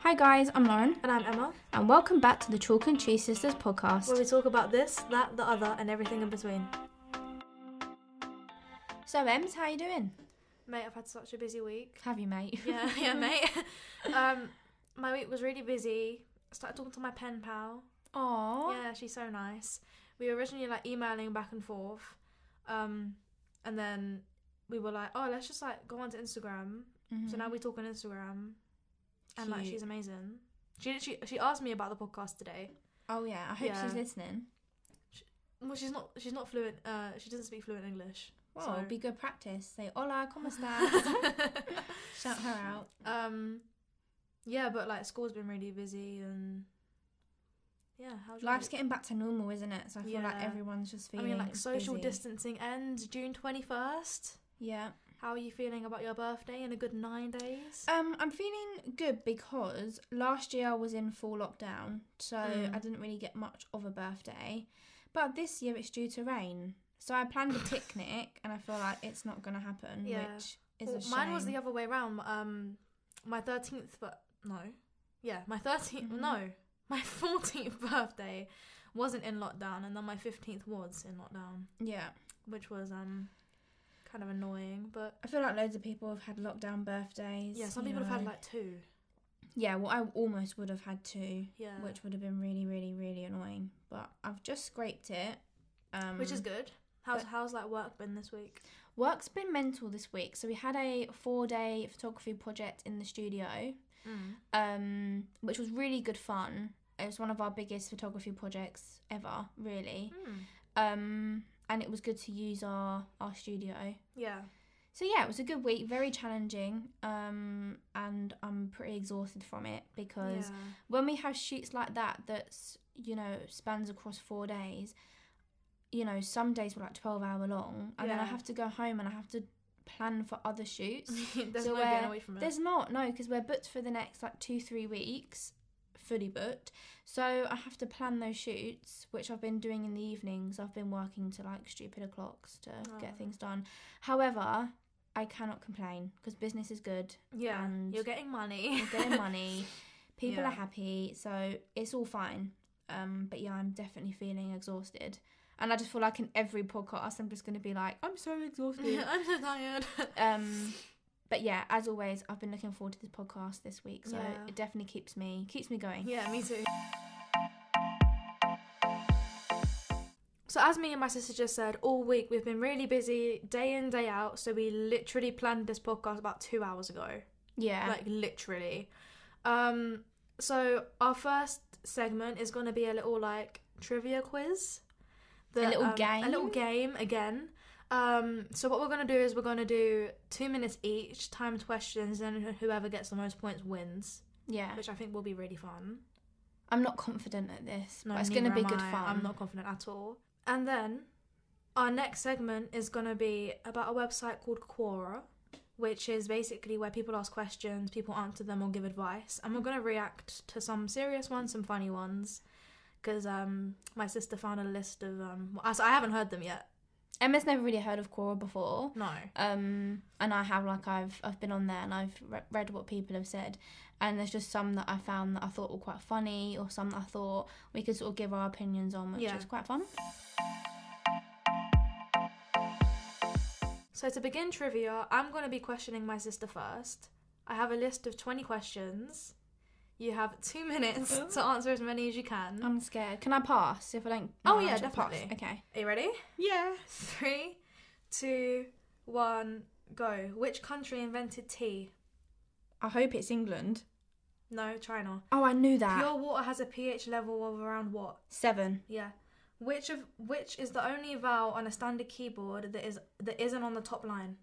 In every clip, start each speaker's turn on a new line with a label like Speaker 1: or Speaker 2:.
Speaker 1: Hi guys, I'm Lauren,
Speaker 2: And I'm Emma,
Speaker 1: and welcome back to the Chalk and Cheese Sisters
Speaker 2: where
Speaker 1: podcast.
Speaker 2: we talk about this, that, the other, and everything in between.
Speaker 1: So, Ems, how you doing?
Speaker 2: Mate, I've had such a busy week.
Speaker 1: Have you, mate?
Speaker 2: Yeah, yeah, mate. um, my week was really busy. I started talking to my pen pal.
Speaker 1: Aww.
Speaker 2: Yeah, she's so nice. We were originally like emailing back and forth, um, and then we were like, oh, let's just like go onto Instagram.
Speaker 1: Mm-hmm.
Speaker 2: So now we talk on Instagram, and like
Speaker 1: Cute.
Speaker 2: she's amazing. She she she asked me about the podcast today.
Speaker 1: Oh yeah, I hope
Speaker 2: Yeah.
Speaker 1: she's listening.
Speaker 2: Well, she's not she's not fluent. Uh, she doesn't speak fluent English.
Speaker 1: Well,
Speaker 2: So-
Speaker 1: it'd be good practice. Say hola, cómo estás?
Speaker 2: um
Speaker 1: Shout her out.
Speaker 2: yeah but like school's been really busy and yeah how's your
Speaker 1: Life's
Speaker 2: week?
Speaker 1: getting back to normal, isn't it? So I feel like
Speaker 2: Yeah.
Speaker 1: everyone's just feeling.
Speaker 2: i mean like social
Speaker 1: busy.
Speaker 2: distancing ends june 21st
Speaker 1: Yeah.
Speaker 2: how are you feeling about your birthday in a good nine days
Speaker 1: Um, I'm feeling good because last year I was in full lockdown, so
Speaker 2: Mm.
Speaker 1: I didn't really get much of a birthday. But this year it's due to rain, so I planned a picnic, and I feel like it's not going to happen,
Speaker 2: Yeah.
Speaker 1: which is
Speaker 2: Well,
Speaker 1: a shame.
Speaker 2: mine was the other way around um my 13th but no yeah my 13th
Speaker 1: Mhm.
Speaker 2: no my 14th birthday wasn't in lockdown and then my 15th was in lockdown
Speaker 1: yeah.
Speaker 2: which was um kind of annoying but
Speaker 1: I feel like loads of people have had lockdown birthdays.
Speaker 2: yeah some
Speaker 1: you
Speaker 2: people have had
Speaker 1: know.
Speaker 2: like two
Speaker 1: yeah. Well, I almost would have had two,
Speaker 2: yeah
Speaker 1: which would have been really, really, really annoying. But I've just scraped it. Um,
Speaker 2: which is good. How's
Speaker 1: but-
Speaker 2: how's like work been this week?
Speaker 1: Work's been mental this week, so we had a four-day photography project in the studio. um, which was really good fun. It was one of our biggest photography projects ever, really.
Speaker 2: Mm.
Speaker 1: Um, and it was good to use our, our studio.
Speaker 2: Yeah,
Speaker 1: So, yeah, it was a good week, very challenging. Um, and I'm pretty exhausted from it because
Speaker 2: yeah,
Speaker 1: when we have shoots like that, that's, you know, spans across four days, you know, some days were like 12 hour long. And then I
Speaker 2: Yeah.
Speaker 1: have to go home and I have to plan for other shoots.
Speaker 2: there's
Speaker 1: So
Speaker 2: no
Speaker 1: where
Speaker 2: getting away from it.
Speaker 1: There's not, no, because we're booked for the next like two, three weeks, fully booked. So I have to plan those shoots, which I've been doing in the evenings. I've been working to like stupid o'clocks to
Speaker 2: Oh.
Speaker 1: get things done. However, I cannot complain because business is good.
Speaker 2: yeah,
Speaker 1: and-
Speaker 2: you're getting money.
Speaker 1: We're getting money, people
Speaker 2: Yeah.
Speaker 1: are happy, so it's all fine. Um, but yeah, I'm definitely feeling exhausted. And I just feel like in every podcast, I'm just going to be like, I'm so exhausted.
Speaker 2: I'm so tired.
Speaker 1: Um, but yeah, as always, I've been looking forward to this podcast this week, so
Speaker 2: Yeah.
Speaker 1: it definitely keeps me keeps me going.
Speaker 2: yeah, me too. So as me and my sister just said, all week we've been really busy, day in day out. So we literally planned this podcast about two hours ago.
Speaker 1: Yeah,
Speaker 2: like literally um so our first segment is going to be a little like trivia quiz The,
Speaker 1: little
Speaker 2: um,
Speaker 1: game?
Speaker 2: a little game again um so what we're going to do is we're going to do two minutes each timed questions and whoever gets the most points wins
Speaker 1: yeah.
Speaker 2: which i think will be really fun
Speaker 1: I'm not confident at this,
Speaker 2: No,
Speaker 1: but it's going to
Speaker 2: neither
Speaker 1: be
Speaker 2: am
Speaker 1: good
Speaker 2: I.
Speaker 1: fun.
Speaker 2: i'm not confident at all and then our next segment is going to be about a website called quora which is basically where people ask questions, people answer them or give advice. And we're going to react to some serious ones, some funny ones. Because um, my sister found a list of. Um, well, I- so I haven't heard them yet.
Speaker 1: Emma's never really heard of Quora before,
Speaker 2: No.
Speaker 1: um, and I have like I've I've been on there and I've re- read what people have said, and there's just some that I found that I thought were quite funny, or some that I thought we could sort of give our opinions on, which
Speaker 2: Yeah.
Speaker 1: is quite fun.
Speaker 2: So to begin trivia, I'm going to be questioning my sister first. I have a list of 20 questions. You have two minutes to answer as many as you can.
Speaker 1: I'm scared. Can I pass if I don't?
Speaker 2: Oh,
Speaker 1: I
Speaker 2: yeah,
Speaker 1: should pass.
Speaker 2: definitely.
Speaker 1: Okay.
Speaker 2: Are you ready?
Speaker 1: Yeah.
Speaker 2: Three, two, one, go. Which country invented tea?
Speaker 1: I hope it's England.
Speaker 2: No, China.
Speaker 1: Oh, I knew that.
Speaker 2: Pure water has a pH level of around what?
Speaker 1: Seven.
Speaker 2: Yeah. Which of which is the only vowel on a standard keyboard that is that isn't on the top line?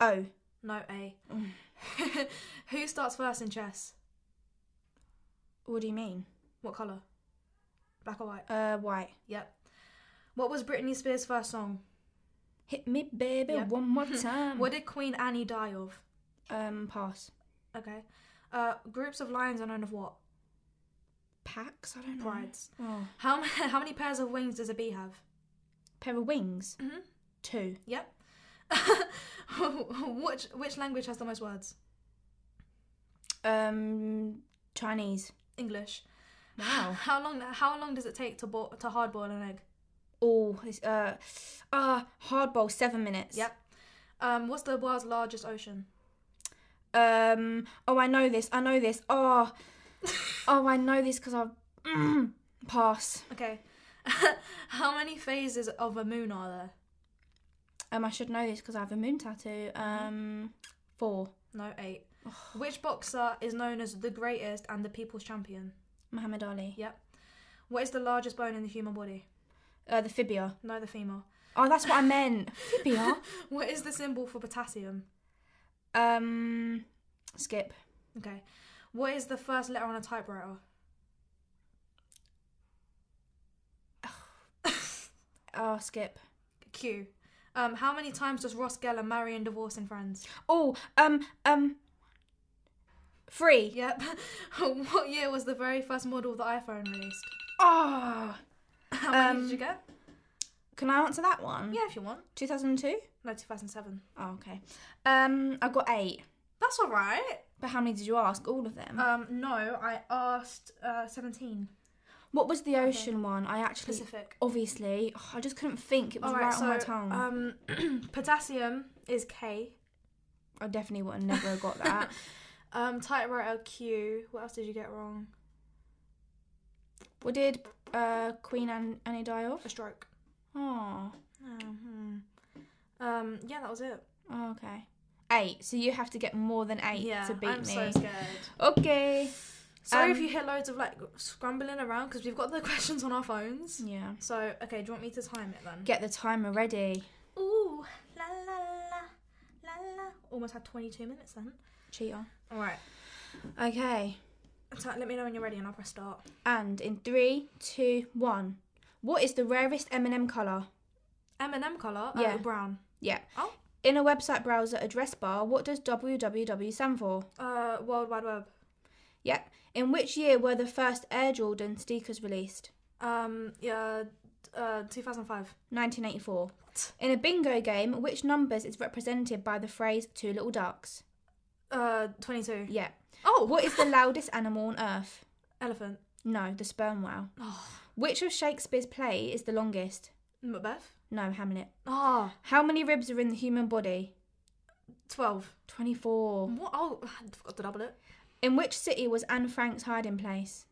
Speaker 1: Oh,
Speaker 2: No A. Who starts first in chess?
Speaker 1: what do you mean?
Speaker 2: What color? Black or white?
Speaker 1: Uh, white.
Speaker 2: Yep. What was Britney Spears' first song?
Speaker 1: Hit me, baby,
Speaker 2: Yep.
Speaker 1: one more time.
Speaker 2: What did Queen Annie die of?
Speaker 1: Um, pass.
Speaker 2: Okay. Uh, groups of lions are known of what?
Speaker 1: Packs? I don't know.
Speaker 2: Prides.
Speaker 1: Oh.
Speaker 2: How ma- how many pairs of wings does a bee have?
Speaker 1: Pair of wings.
Speaker 2: Mm-hmm.
Speaker 1: Two.
Speaker 2: Yep. which which language has the most words?
Speaker 1: Um, Chinese.
Speaker 2: English.
Speaker 1: Wow.
Speaker 2: How long? How long does it take to bo- to hard boil an egg?
Speaker 1: Oh, this, uh, uh, hardball seven minutes.
Speaker 2: Yep. Um, what's the world's largest ocean?
Speaker 1: Um. Oh, I know this. I know this. Oh, oh, I know this because I mm, pass.
Speaker 2: Okay. how many phases of a moon are there?
Speaker 1: Um, I should know this because I have a moon tattoo. Um, four.
Speaker 2: No, eight. Which boxer is known as the greatest and the people's champion?
Speaker 1: Muhammad Ali.
Speaker 2: Yep. What is the largest bone in the human body?
Speaker 1: Uh, the fibia.
Speaker 2: No, the femur.
Speaker 1: Oh, that's what I meant. fibia.
Speaker 2: What is the symbol for potassium?
Speaker 1: Um, skip.
Speaker 2: Okay. What is the first letter on a typewriter?
Speaker 1: Oh, skip.
Speaker 2: Q. Um, how many times does Ross Geller marry and divorce in Friends?
Speaker 1: Oh, um, um, free.
Speaker 2: Yep. what year was the very first model of the iPhone released?
Speaker 1: Oh,
Speaker 2: How many
Speaker 1: Um,
Speaker 2: did you get?
Speaker 1: can I answer that one?
Speaker 2: Yeah, if you want.
Speaker 1: 2002?
Speaker 2: No, 2007.
Speaker 1: Oh, okay. Um, I got eight.
Speaker 2: That's all right.
Speaker 1: But how many did you ask? All of them.
Speaker 2: Um, no, I asked uh, 17.
Speaker 1: what was the ocean one? I actually,
Speaker 2: Pacific.
Speaker 1: obviously, oh, I just couldn't think. It was
Speaker 2: All
Speaker 1: right,
Speaker 2: right,
Speaker 1: on my
Speaker 2: so,
Speaker 1: tongue.
Speaker 2: Um, potassium is K.
Speaker 1: I definitely would have never have got that.
Speaker 2: Um, typewriter Q. What else did you get wrong?
Speaker 1: what did uh, Queen An- Annie die of?
Speaker 2: A stroke.
Speaker 1: Oh,
Speaker 2: hmm Um, yeah, that was it.
Speaker 1: oh, okay. Eight. So you have to get more than eight
Speaker 2: yeah,
Speaker 1: to beat
Speaker 2: I'm
Speaker 1: me.
Speaker 2: so scared.
Speaker 1: okay.
Speaker 2: Sorry
Speaker 1: Um,
Speaker 2: if you hear loads of like scrambling around because we've got the questions on our phones.
Speaker 1: Yeah.
Speaker 2: So, okay, do you want me to time it then?
Speaker 1: Get the timer ready.
Speaker 2: Ooh, la la la la la. Almost had 22 minutes then.
Speaker 1: Cheater.
Speaker 2: All right.
Speaker 1: Okay.
Speaker 2: So let me know when you're ready and I'll press start.
Speaker 1: And in three, two, one. What is the rarest M&M color?
Speaker 2: M&M colour?
Speaker 1: Yeah.
Speaker 2: Uh, brown.
Speaker 1: Yeah.
Speaker 2: Oh.
Speaker 1: In a website browser address bar, what does www stand for?
Speaker 2: Uh, World Wide Web.
Speaker 1: Yep. In which year were the first Air Jordan sneakers released?
Speaker 2: Um, yeah, uh, 2005.
Speaker 1: 1984. In a bingo game, which numbers is represented by the phrase two little ducks?
Speaker 2: Uh, 22.
Speaker 1: Yeah.
Speaker 2: Oh,
Speaker 1: What is the loudest animal on earth?
Speaker 2: Elephant.
Speaker 1: No, the sperm whale.
Speaker 2: Oh,
Speaker 1: Which of Shakespeare's play is the longest?
Speaker 2: Macbeth.
Speaker 1: No, Hamlet.
Speaker 2: Ah,
Speaker 1: How many ribs are in the human body?
Speaker 2: 12.
Speaker 1: 24.
Speaker 2: What? Oh, I forgot to double it.
Speaker 1: In which city was Anne Frank's hiding place?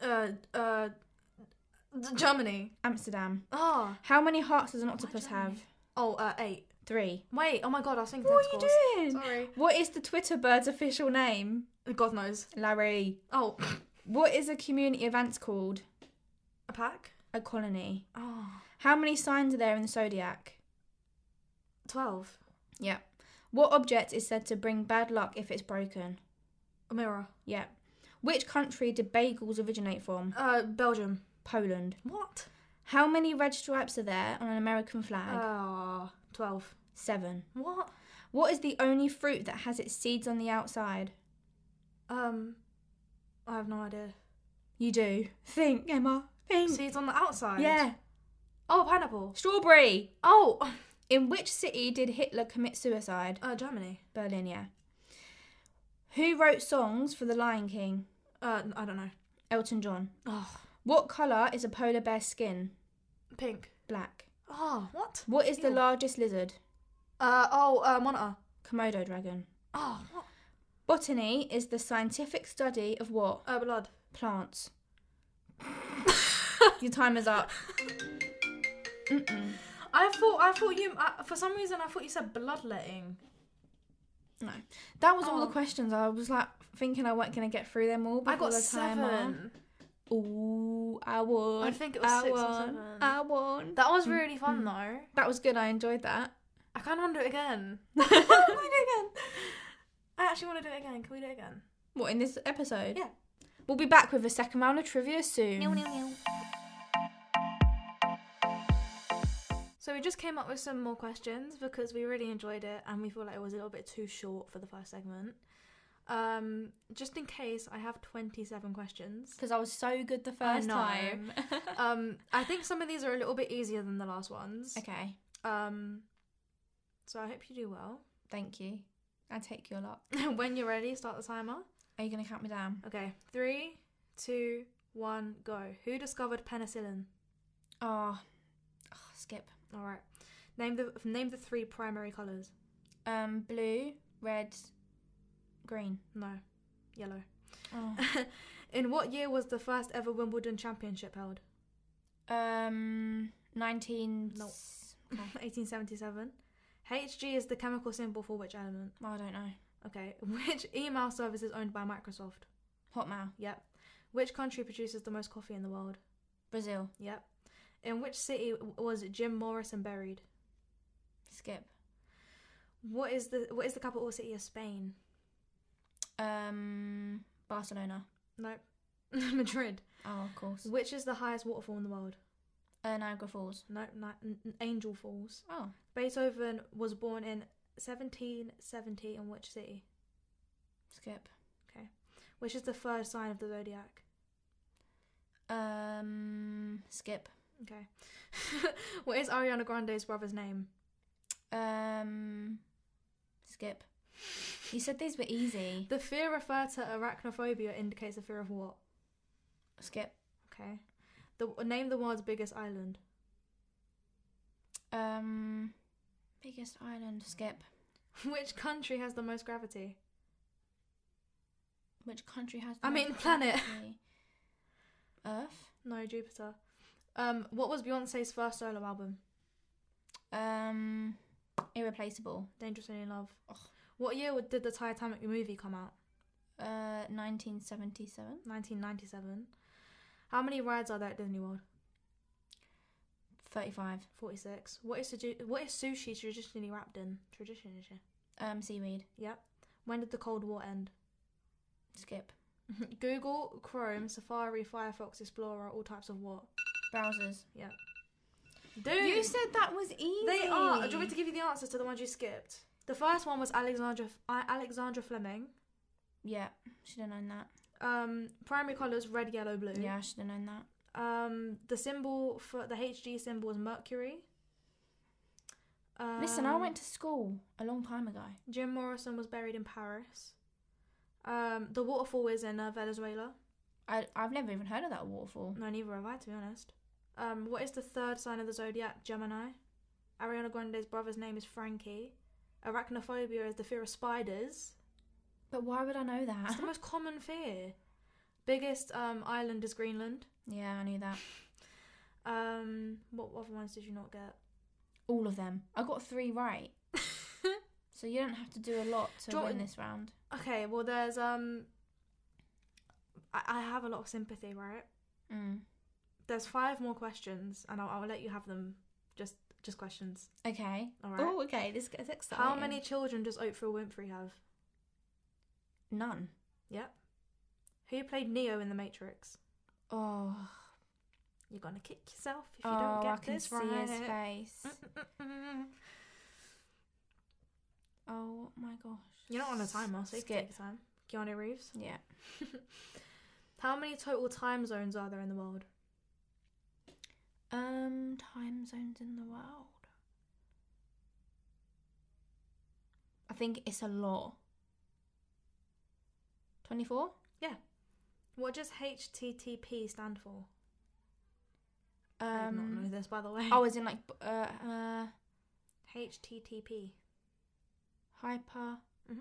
Speaker 2: Uh, uh, Germany.
Speaker 1: Amsterdam.
Speaker 2: Ah.
Speaker 1: How many hearts does an octopus have?
Speaker 2: Oh, uh, 8.
Speaker 1: Three.
Speaker 2: Wait, oh my god, I was thinking
Speaker 1: What are
Speaker 2: tentacles.
Speaker 1: you doing?
Speaker 2: Sorry.
Speaker 1: What is the Twitter bird's official name?
Speaker 2: God knows.
Speaker 1: Larry.
Speaker 2: Oh,
Speaker 1: What is a community of ants called?
Speaker 2: a pack?
Speaker 1: A colony.
Speaker 2: Oh,
Speaker 1: How many signs are there in the zodiac?
Speaker 2: 12.
Speaker 1: Yep. What object is said to bring bad luck if it's broken?
Speaker 2: A mirror.
Speaker 1: Yep. Which country did bagels originate from?
Speaker 2: Uh, Belgium.
Speaker 1: Poland.
Speaker 2: What?
Speaker 1: How many red stripes are there on an American flag?
Speaker 2: Ah, 12.
Speaker 1: Seven.
Speaker 2: What?
Speaker 1: What is the only fruit that has its seeds on the outside?
Speaker 2: Um, I have no idea.
Speaker 1: You do. Think, Emma. Think.
Speaker 2: Seeds on the outside.
Speaker 1: Hmm. yeah.
Speaker 2: Oh, pineapple.
Speaker 1: Strawberry.
Speaker 2: Oh,
Speaker 1: In which city did Hitler commit suicide?
Speaker 2: uh, Germany.
Speaker 1: Berlin, yeah. Who wrote songs for The Lion King?
Speaker 2: Uh, I don't know.
Speaker 1: Elton John.
Speaker 2: Oh,
Speaker 1: What colour is a polar bear's skin?
Speaker 2: pink.
Speaker 1: Black.
Speaker 2: Oh, what?
Speaker 1: What is the
Speaker 2: Ew.
Speaker 1: largest lizard?
Speaker 2: Uh, oh, uh, monitor.
Speaker 1: Komodo dragon.
Speaker 2: Oh, what?
Speaker 1: Botany is the scientific study of what?
Speaker 2: Uh, blood.
Speaker 1: Plants. Your time is up. Mm-mm.
Speaker 2: I thought, I thought you, I, for some reason, I thought you said bloodletting.
Speaker 1: No. That was all the
Speaker 2: Oh.
Speaker 1: questions. I was like thinking I weren't going to get through them all.
Speaker 2: I
Speaker 1: before
Speaker 2: got
Speaker 1: the timer.
Speaker 2: seven.
Speaker 1: Ooh, I won.
Speaker 2: I think it was six or
Speaker 1: won.
Speaker 2: seven.
Speaker 1: I won.
Speaker 2: That was really fun, though.
Speaker 1: That was good. I enjoyed that.
Speaker 2: Mm-hmm. I kind of want to do it again. Can we do it again? I actually want to do it again. Can we do it again?
Speaker 1: What in this episode?
Speaker 2: Yeah.
Speaker 1: We'll be back with a second round of trivia soon.
Speaker 2: So we just came up with some more questions because we really enjoyed it and we feel like it was a little bit too short for the first segment. Um, just in case, I have 27 questions.
Speaker 1: Because I was so good the
Speaker 2: I
Speaker 1: first
Speaker 2: know.
Speaker 1: time. Oh,
Speaker 2: Um, I think some of these are a little bit easier than the last ones.
Speaker 1: okay.
Speaker 2: Um, so I hope you do well.
Speaker 1: Thank you. I take your lot.
Speaker 2: when you're ready, start the timer.
Speaker 1: Are you going to count me down?
Speaker 2: Okay, three, two, one, go. Who discovered penicillin?
Speaker 1: Oh, oh skip.
Speaker 2: All right. Name the name the three primary colors.
Speaker 1: Um, blue, red, green.
Speaker 2: No, yellow.
Speaker 1: Oh.
Speaker 2: In what year was the first ever Wimbledon championship held?
Speaker 1: Um, 19.
Speaker 2: No.
Speaker 1: Okay.
Speaker 2: 1877. HG is the chemical symbol for which element?
Speaker 1: Oh, I don't know.
Speaker 2: Okay. Which email service is owned by Microsoft?
Speaker 1: Hotmail.
Speaker 2: Yep. Which country produces the most coffee in the world?
Speaker 1: Brazil.
Speaker 2: Yep. In which city w- was Jim Morrison buried?
Speaker 1: Skip.
Speaker 2: What is the what is the capital city of Spain?
Speaker 1: Um, Barcelona.
Speaker 2: Nope. Madrid.
Speaker 1: Oh, of course.
Speaker 2: Which is the highest waterfall in the world?
Speaker 1: Uh, Niagara Falls.
Speaker 2: Nope. Ni- n- Angel Falls.
Speaker 1: Oh,
Speaker 2: Beethoven was born in 1770 in which city?
Speaker 1: skip.
Speaker 2: Which is the third sign of the zodiac?
Speaker 1: Um, skip.
Speaker 2: Okay. what is Ariana Grande's brother's name?
Speaker 1: Um, skip. You said these were easy.
Speaker 2: The fear referred to arachnophobia indicates a fear of what?
Speaker 1: Skip.
Speaker 2: Okay. The name the world's biggest island.
Speaker 1: Um, biggest island. Skip.
Speaker 2: Which country has the most gravity?
Speaker 1: Which country has?
Speaker 2: I mean,
Speaker 1: most
Speaker 2: planet.
Speaker 1: gravity? Earth.
Speaker 2: No, Jupiter. Um, what was Beyonce's first solo album?
Speaker 1: Um, irreplaceable.
Speaker 2: Dangerously in Love.
Speaker 1: Ugh.
Speaker 2: What year would- did the Titanic movie come out?
Speaker 1: Uh, 1977.
Speaker 2: 1997. How many rides are there at Disney World?
Speaker 1: 35.
Speaker 2: 46. What is sushi, what is sushi traditionally wrapped in? Traditionally.
Speaker 1: Um, seaweed.
Speaker 2: Yep. When did the Cold War end?
Speaker 1: Skip.
Speaker 2: Google, Chrome, Safari, Firefox, Explorer, all types of what?
Speaker 1: Browsers.
Speaker 2: Dude,
Speaker 1: You said that was easy.
Speaker 2: they are. Do you want me to give you the answers to the ones you skipped? The first one was Alexandra I- Alexandra Fleming.
Speaker 1: Yeah, should have known that.
Speaker 2: Um, primary colors red, yellow, blue.
Speaker 1: Yeah, I should have known that.
Speaker 2: Um, the symbol for the HG symbol is mercury. Um,
Speaker 1: Listen, I went to school a long time ago.
Speaker 2: Jim Morrison was buried in Paris. Um, the waterfall is in uh, Venezuela.
Speaker 1: I, I've never even heard of that waterfall.
Speaker 2: No, neither have I, to be honest. Um, what is the third sign of the zodiac? Gemini. Ariana Grande's brother's name is Frankie. Arachnophobia is the fear of spiders.
Speaker 1: But why would I know
Speaker 2: It's
Speaker 1: that?
Speaker 2: the most common fear. Biggest um, island is Greenland.
Speaker 1: yeah, I knew that.
Speaker 2: Um, what other ones did you not get?
Speaker 1: All of them. I got three right. so you don't have to do a lot to
Speaker 2: Do you
Speaker 1: win
Speaker 2: want-
Speaker 1: this round.
Speaker 2: Okay, well, there's um, I, I have a lot of sympathy, right?
Speaker 1: Mm.
Speaker 2: There's five more questions, and I'll, I'll let you have them. Just, just questions.
Speaker 1: Okay.
Speaker 2: All right.
Speaker 1: Oh, okay. This gets exciting.
Speaker 2: How many children does Oprah Winfrey have?
Speaker 1: None.
Speaker 2: Yep. Who played Neo in The Matrix?
Speaker 1: Oh,
Speaker 2: You're gonna kick yourself if you
Speaker 1: oh
Speaker 2: don't get
Speaker 1: I can
Speaker 2: this
Speaker 1: see
Speaker 2: right. mm.
Speaker 1: his face.
Speaker 2: Mm-mm-mm.
Speaker 1: Oh my gosh.
Speaker 2: You're not on a timer, so you can
Speaker 1: Skip.
Speaker 2: take your time. Keanu Reeves.
Speaker 1: Yeah.
Speaker 2: How many total time zones are there in the world?
Speaker 1: Um, time zones in the world. I think it's a lot. 24?
Speaker 2: What does HTTP stand for?
Speaker 1: Um,
Speaker 2: I did not know this, by the way.
Speaker 1: Oh, as in like, b- uh, uh,
Speaker 2: HTTP.
Speaker 1: hyper.
Speaker 2: Mhm.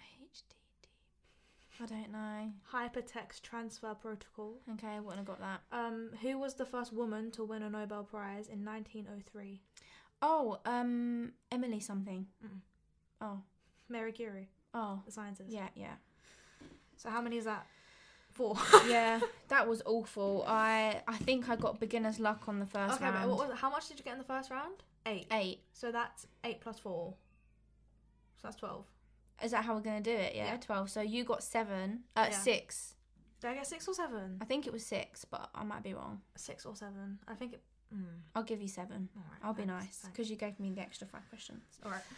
Speaker 1: HTTP. I don't know.
Speaker 2: Hypertext Transfer Protocol.
Speaker 1: Okay, I wouldn't have got that.
Speaker 2: Um, who was the first woman to win a Nobel Prize in 1903?
Speaker 1: Oh, um, Emily something.
Speaker 2: Mm-mm.
Speaker 1: Oh,
Speaker 2: Mary Curie,
Speaker 1: oh.
Speaker 2: the scientist.
Speaker 1: Yeah, yeah.
Speaker 2: So how many is that? Four.
Speaker 1: yeah, that was awful. I I think I got beginner's luck on the first
Speaker 2: okay,
Speaker 1: round.
Speaker 2: but what was how much did you get in the first round? Eight.
Speaker 1: Eight.
Speaker 2: So that's eight plus four. So that's twelve.
Speaker 1: Is that how we're gonna do it? Yeah,
Speaker 2: Yeah.
Speaker 1: twelve. So you got seven. Uh,
Speaker 2: Yeah.
Speaker 1: six.
Speaker 2: Did I get six or seven?
Speaker 1: I think it was six, but I might be wrong.
Speaker 2: Six or seven. I think it. Mm.
Speaker 1: I'll give you seven.
Speaker 2: All right.
Speaker 1: I'll be
Speaker 2: thanks,
Speaker 1: nice
Speaker 2: thanks.
Speaker 1: because you gave me the extra five questions.
Speaker 2: All right.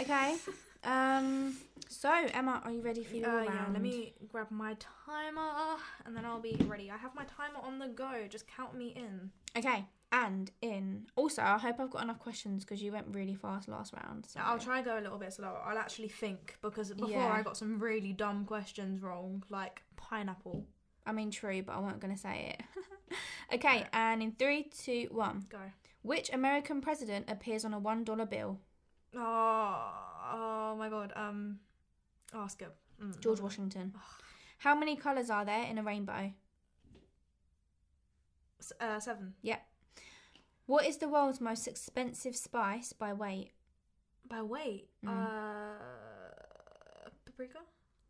Speaker 1: Okay. um. So Emma, are you ready for your
Speaker 2: Uh,
Speaker 1: round?
Speaker 2: yeah, let me grab my timer and then I'll be ready. I have my timer on the go. Just count me in.
Speaker 1: Okay. And in also, I hope I've got enough questions because you went really fast last round. So.
Speaker 2: I'll try and go a little bit slower. I'll actually think because before
Speaker 1: Yeah.
Speaker 2: I got some really dumb questions wrong, like pineapple.
Speaker 1: I mean, true, but I weren't going to say it. okay, and in three, two, one.
Speaker 2: Go.
Speaker 1: Which American president appears on a one dollar bill?
Speaker 2: Oh, oh my god. Um, oh skip. Mm,
Speaker 1: George
Speaker 2: no.
Speaker 1: Washington. How many colours are there in a rainbow?
Speaker 2: S- Uh, seven
Speaker 1: What is the world's most expensive spice by weight?
Speaker 2: by weight.
Speaker 1: Mm.
Speaker 2: Uh, paprika.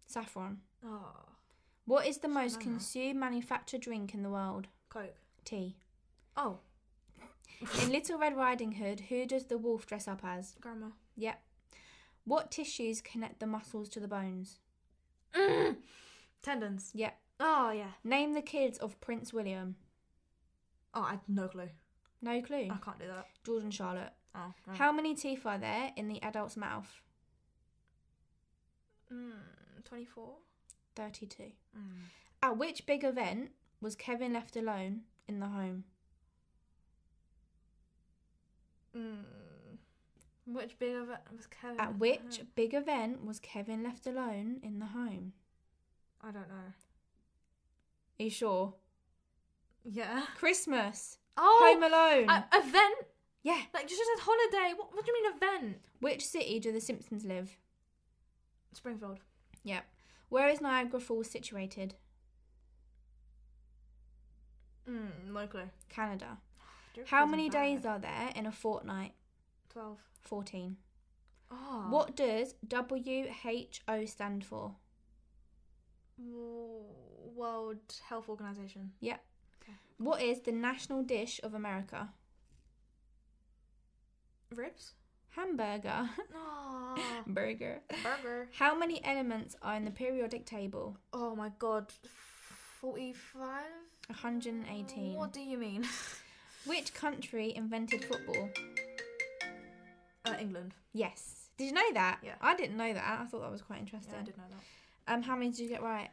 Speaker 1: Saffron.
Speaker 2: Oh,
Speaker 1: What is the most
Speaker 2: Dunno.
Speaker 1: consumed manufactured drink in the world?
Speaker 2: coke.
Speaker 1: Tea.
Speaker 2: Oh,
Speaker 1: In Little Red Riding Hood, who does the wolf dress up as?
Speaker 2: grandma.
Speaker 1: Yep. What tissues connect the muscles to the bones? Mm.
Speaker 2: Tendons.
Speaker 1: Yep.
Speaker 2: Oh yeah.
Speaker 1: Name the kids of Prince William.
Speaker 2: Oh, I had no clue.
Speaker 1: No clue.
Speaker 2: I can't do that.
Speaker 1: George and Charlotte.
Speaker 2: Oh. right.
Speaker 1: How many teeth are there in the adult's mouth?
Speaker 2: Mm, Twenty-four.
Speaker 1: 32.
Speaker 2: Mm.
Speaker 1: At which big event was Kevin left alone in the home?
Speaker 2: Mm. Which bit of it was Kevin?
Speaker 1: At which big event was Kevin left alone in the home?
Speaker 2: I don't know.
Speaker 1: Are you sure?
Speaker 2: Yeah.
Speaker 1: Christmas.
Speaker 2: Oh,
Speaker 1: home Alone.
Speaker 2: a- event.
Speaker 1: yeah.
Speaker 2: Like you just said holiday. What, what do you mean event?
Speaker 1: Which city do the Simpsons live?
Speaker 2: Springfield.
Speaker 1: Yep. Where is Niagara Falls situated?
Speaker 2: Mm, no clue.
Speaker 1: Canada.
Speaker 2: Geography
Speaker 1: How
Speaker 2: isn't
Speaker 1: many
Speaker 2: bad.
Speaker 1: days are there in a fortnight?
Speaker 2: Twelve.
Speaker 1: 14.
Speaker 2: Oh.
Speaker 1: What does WHO stand for?
Speaker 2: W- World Health Organization.
Speaker 1: What is the national dish of America?
Speaker 2: Ribs.
Speaker 1: Hamburger.
Speaker 2: Oh,
Speaker 1: Burger.
Speaker 2: burger.
Speaker 1: How many elements are in the periodic table?
Speaker 2: Oh my god. Forty-five.
Speaker 1: 118.
Speaker 2: What do you mean?
Speaker 1: Which country invented football?
Speaker 2: uh, England.
Speaker 1: Yes. Did you know that?
Speaker 2: Yeah.
Speaker 1: I didn't know that. I thought that was quite interesting.
Speaker 2: Yeah, I did know that.
Speaker 1: Um, how many did you get right?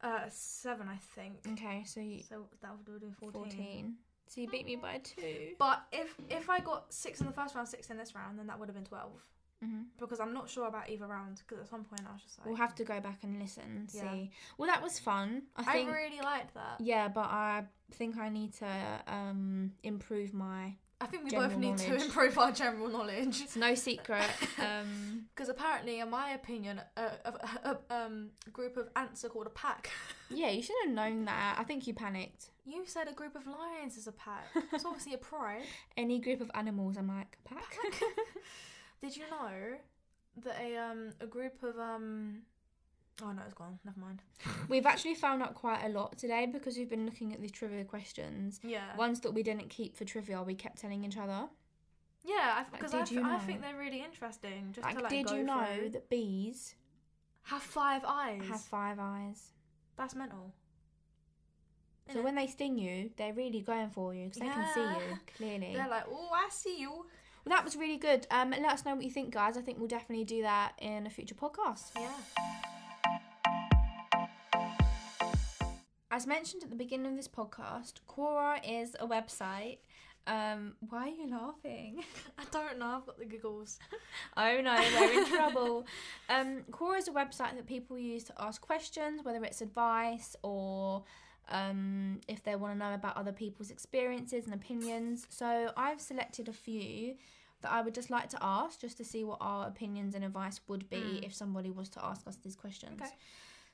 Speaker 2: Uh, seven, I think.
Speaker 1: Okay, so you
Speaker 2: So that would be
Speaker 1: 14.
Speaker 2: 14.
Speaker 1: So you beat me by two.
Speaker 2: But if if I got six in the first round, six in this round, then that would have been twelve.
Speaker 1: Mm-hmm.
Speaker 2: Because I'm not sure about either round. Because at some point I was just like,
Speaker 1: We'll have to go back and listen and
Speaker 2: Yeah.
Speaker 1: see. Well, that was fun. I
Speaker 2: I,
Speaker 1: think.
Speaker 2: really liked that.
Speaker 1: yeah, but I think I need to um improve my.
Speaker 2: I think we
Speaker 1: General
Speaker 2: both need
Speaker 1: knowledge.
Speaker 2: to improve our general knowledge.
Speaker 1: It's no secret. um,
Speaker 2: Because apparently, in my opinion, a, a, a, um, group of ants are called a pack.
Speaker 1: yeah, you should have known that. I think you panicked.
Speaker 2: You said a group of lions is a pack. It's obviously a pride.
Speaker 1: Any group of animals, I'm like pack.
Speaker 2: Did you know that a um a group of um oh no, it's gone. Never mind.
Speaker 1: We've actually found out quite a lot today because we've been looking at these trivia questions.
Speaker 2: Yeah.
Speaker 1: Ones that we didn't keep for trivia, we kept telling each other.
Speaker 2: Yeah,
Speaker 1: Like,
Speaker 2: because
Speaker 1: did
Speaker 2: I,
Speaker 1: you
Speaker 2: th- I
Speaker 1: know?
Speaker 2: think they're really interesting. Just
Speaker 1: Like,
Speaker 2: to like
Speaker 1: did
Speaker 2: go
Speaker 1: you know
Speaker 2: through.
Speaker 1: that bees
Speaker 2: have five eyes?
Speaker 1: have five eyes?
Speaker 2: That's mental.
Speaker 1: So
Speaker 2: Innit?
Speaker 1: when they sting you, they're really going for you because they can see
Speaker 2: Yeah.
Speaker 1: you clearly.
Speaker 2: they're like, oh, I see you.
Speaker 1: Well, that was really good. Um, let us know what you think, guys. I think we'll definitely do that in a future podcast.
Speaker 2: Yeah.
Speaker 1: As mentioned at the beginning of this podcast, Quora is a website. Um, why are you laughing?
Speaker 2: I don't know. I've got the giggles.
Speaker 1: Oh no, we're in trouble. Um, Quora is a website that people use to ask questions, whether it's advice or um, if they want to know about other people's experiences and opinions. So I've selected a few that I would just like to ask, just to see what our opinions and advice would be
Speaker 2: Mm.
Speaker 1: if somebody was to ask us these questions.
Speaker 2: Okay.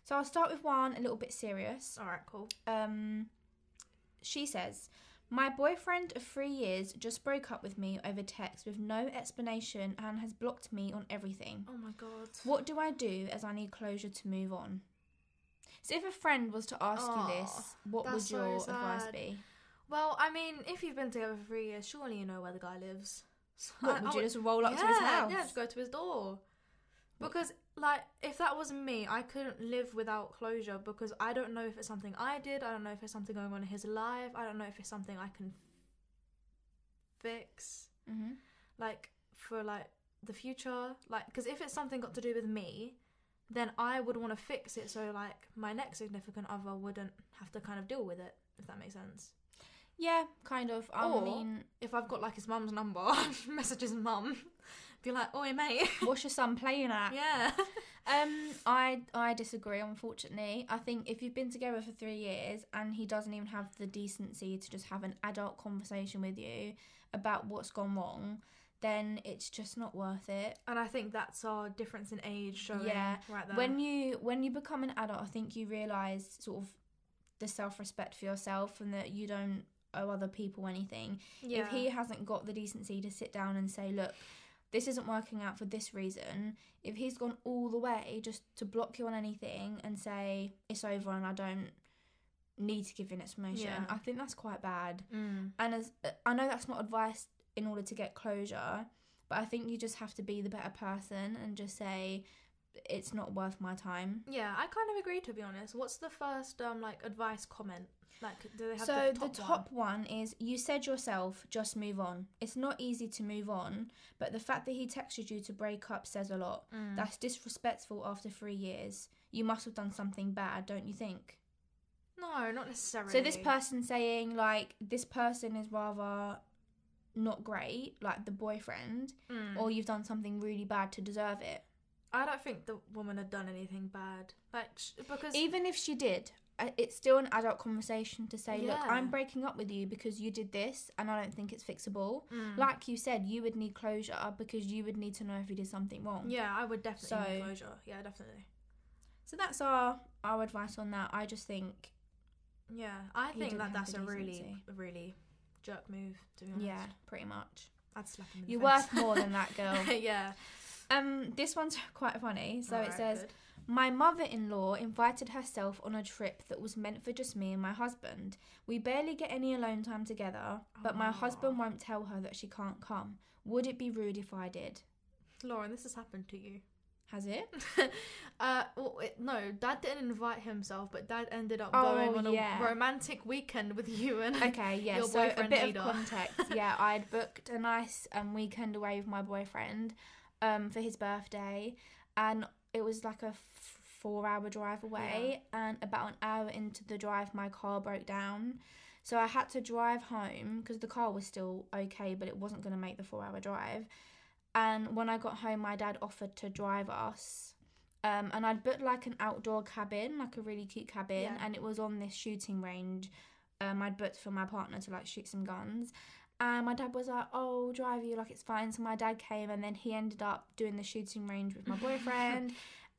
Speaker 1: So I'll start with one a little bit serious.
Speaker 2: All right, cool.
Speaker 1: Um, she says, My boyfriend of three years just broke up with me over text with no explanation and has blocked me on everything.
Speaker 2: Oh my god.
Speaker 1: What do I do as I need closure to move on? So, if a friend was to ask you this, what would
Speaker 2: that's so
Speaker 1: your advice
Speaker 2: sad.
Speaker 1: be?
Speaker 2: Well, I mean, if you've been together for three years, surely you know where the guy lives. So
Speaker 1: What,
Speaker 2: I-
Speaker 1: would
Speaker 2: I
Speaker 1: you just roll up
Speaker 2: yeah,
Speaker 1: to his house?
Speaker 2: Yeah, just go to his door. Because, like, if that was me, I couldn't live without closure because I don't know if it's something I did. I don't know if it's something going on in his life. I don't know if it's something I can fix,
Speaker 1: hmm
Speaker 2: like, for, like, the future. Like, because if it's something got to do with me, then I would want to fix it so, like, my next significant other wouldn't have to kind of deal with it, if that makes sense.
Speaker 1: Yeah, kind of. I
Speaker 2: Or-
Speaker 1: mean,
Speaker 2: If I've got like his mum's number, message his mum. Be like, oi mate.
Speaker 1: what's your son playing at?
Speaker 2: yeah.
Speaker 1: Um, I I disagree. Unfortunately, I think if you've been together for three years and he doesn't even have the decency to just have an adult conversation with you about what's gone wrong, then it's just not worth it.
Speaker 2: And I think that's our difference in age showing
Speaker 1: Yeah.
Speaker 2: right there.
Speaker 1: When you when you become an adult, I think you realize sort of the self respect for yourself and that you don't owe other people anything.
Speaker 2: yeah.
Speaker 1: If he hasn't got the decency to sit down and say, look. This isn't working out for this reason. If he's gone all the way just to block you on anything and say it's over and I don't need to give in its emotion,
Speaker 2: Yeah.
Speaker 1: I think that's quite bad.
Speaker 2: Mm.
Speaker 1: And as I know that's not advice in order to get closure, but I think you just have to be the better person and just say it's not worth my time.
Speaker 2: Yeah, I kind of agree to be honest. What's the first um like advice comment? Like do they have
Speaker 1: So
Speaker 2: the
Speaker 1: the
Speaker 2: top,
Speaker 1: top one? is you said yourself, just move on. It's not easy to move on, but the fact that he texted you to break up says a lot.
Speaker 2: one?
Speaker 1: That's disrespectful after three years. You must have done something bad, don't you think?
Speaker 2: No, not necessarily.
Speaker 1: So this person saying like this person is rather not great, like the boyfriend,
Speaker 2: Mm.
Speaker 1: or you've done something really bad to deserve it.
Speaker 2: I don't think the woman had done anything bad. Like sh- because
Speaker 1: Even if she did, uh, it's still an adult conversation to say, look,
Speaker 2: Yeah.
Speaker 1: I'm breaking up with you because you did this and I don't think it's fixable.
Speaker 2: Mm.
Speaker 1: Like you said, you would need closure because you would need to know if you did something wrong.
Speaker 2: yeah, I would definitely need
Speaker 1: So-
Speaker 2: closure. Yeah, definitely.
Speaker 1: So that's our our advice on that. I just think
Speaker 2: Yeah, I
Speaker 1: He
Speaker 2: think
Speaker 1: didn't
Speaker 2: that
Speaker 1: have
Speaker 2: that's
Speaker 1: the
Speaker 2: a really
Speaker 1: decency.
Speaker 2: a really jerk move to be honest.
Speaker 1: yeah, pretty much.
Speaker 2: I'd slap him in the
Speaker 1: You're
Speaker 2: face.
Speaker 1: worth more than that, girl.
Speaker 2: yeah.
Speaker 1: Um this one's quite funny. So it
Speaker 2: Alright,
Speaker 1: says
Speaker 2: good.
Speaker 1: My mother in law invited herself on a trip that was meant for just me and my husband. We barely get any alone time together, but my
Speaker 2: Aw.
Speaker 1: husband won't tell her that she can't come. Would it be rude if I did?
Speaker 2: Lauren, this has happened to you.
Speaker 1: Has it?
Speaker 2: Uh, well, it, no, Dad didn't invite himself, but Dad ended up
Speaker 1: Oh,
Speaker 2: going on
Speaker 1: yeah.
Speaker 2: a romantic weekend with you and
Speaker 1: Okay, yeah,
Speaker 2: Your
Speaker 1: so a
Speaker 2: boyfriend
Speaker 1: bit
Speaker 2: Ada.
Speaker 1: of context. yeah, I'd booked a nice um, weekend away with my boyfriend um, for his birthday, and it was like a f- four hour drive away. And about an hour into the drive, my car broke down. So I had to drive home because the car was still okay, but it wasn't going to make the four hour drive. And when I got home, my dad offered to drive us. Um, and I'd booked like an outdoor cabin, like a really cute cabin,
Speaker 2: Yeah.
Speaker 1: and it was on this shooting range. Um, I'd booked for my partner to like shoot some guns. And my dad was like, "Oh, I'll drive you like it's fine." So my dad came, and then he ended up doing the shooting range with my boyfriend.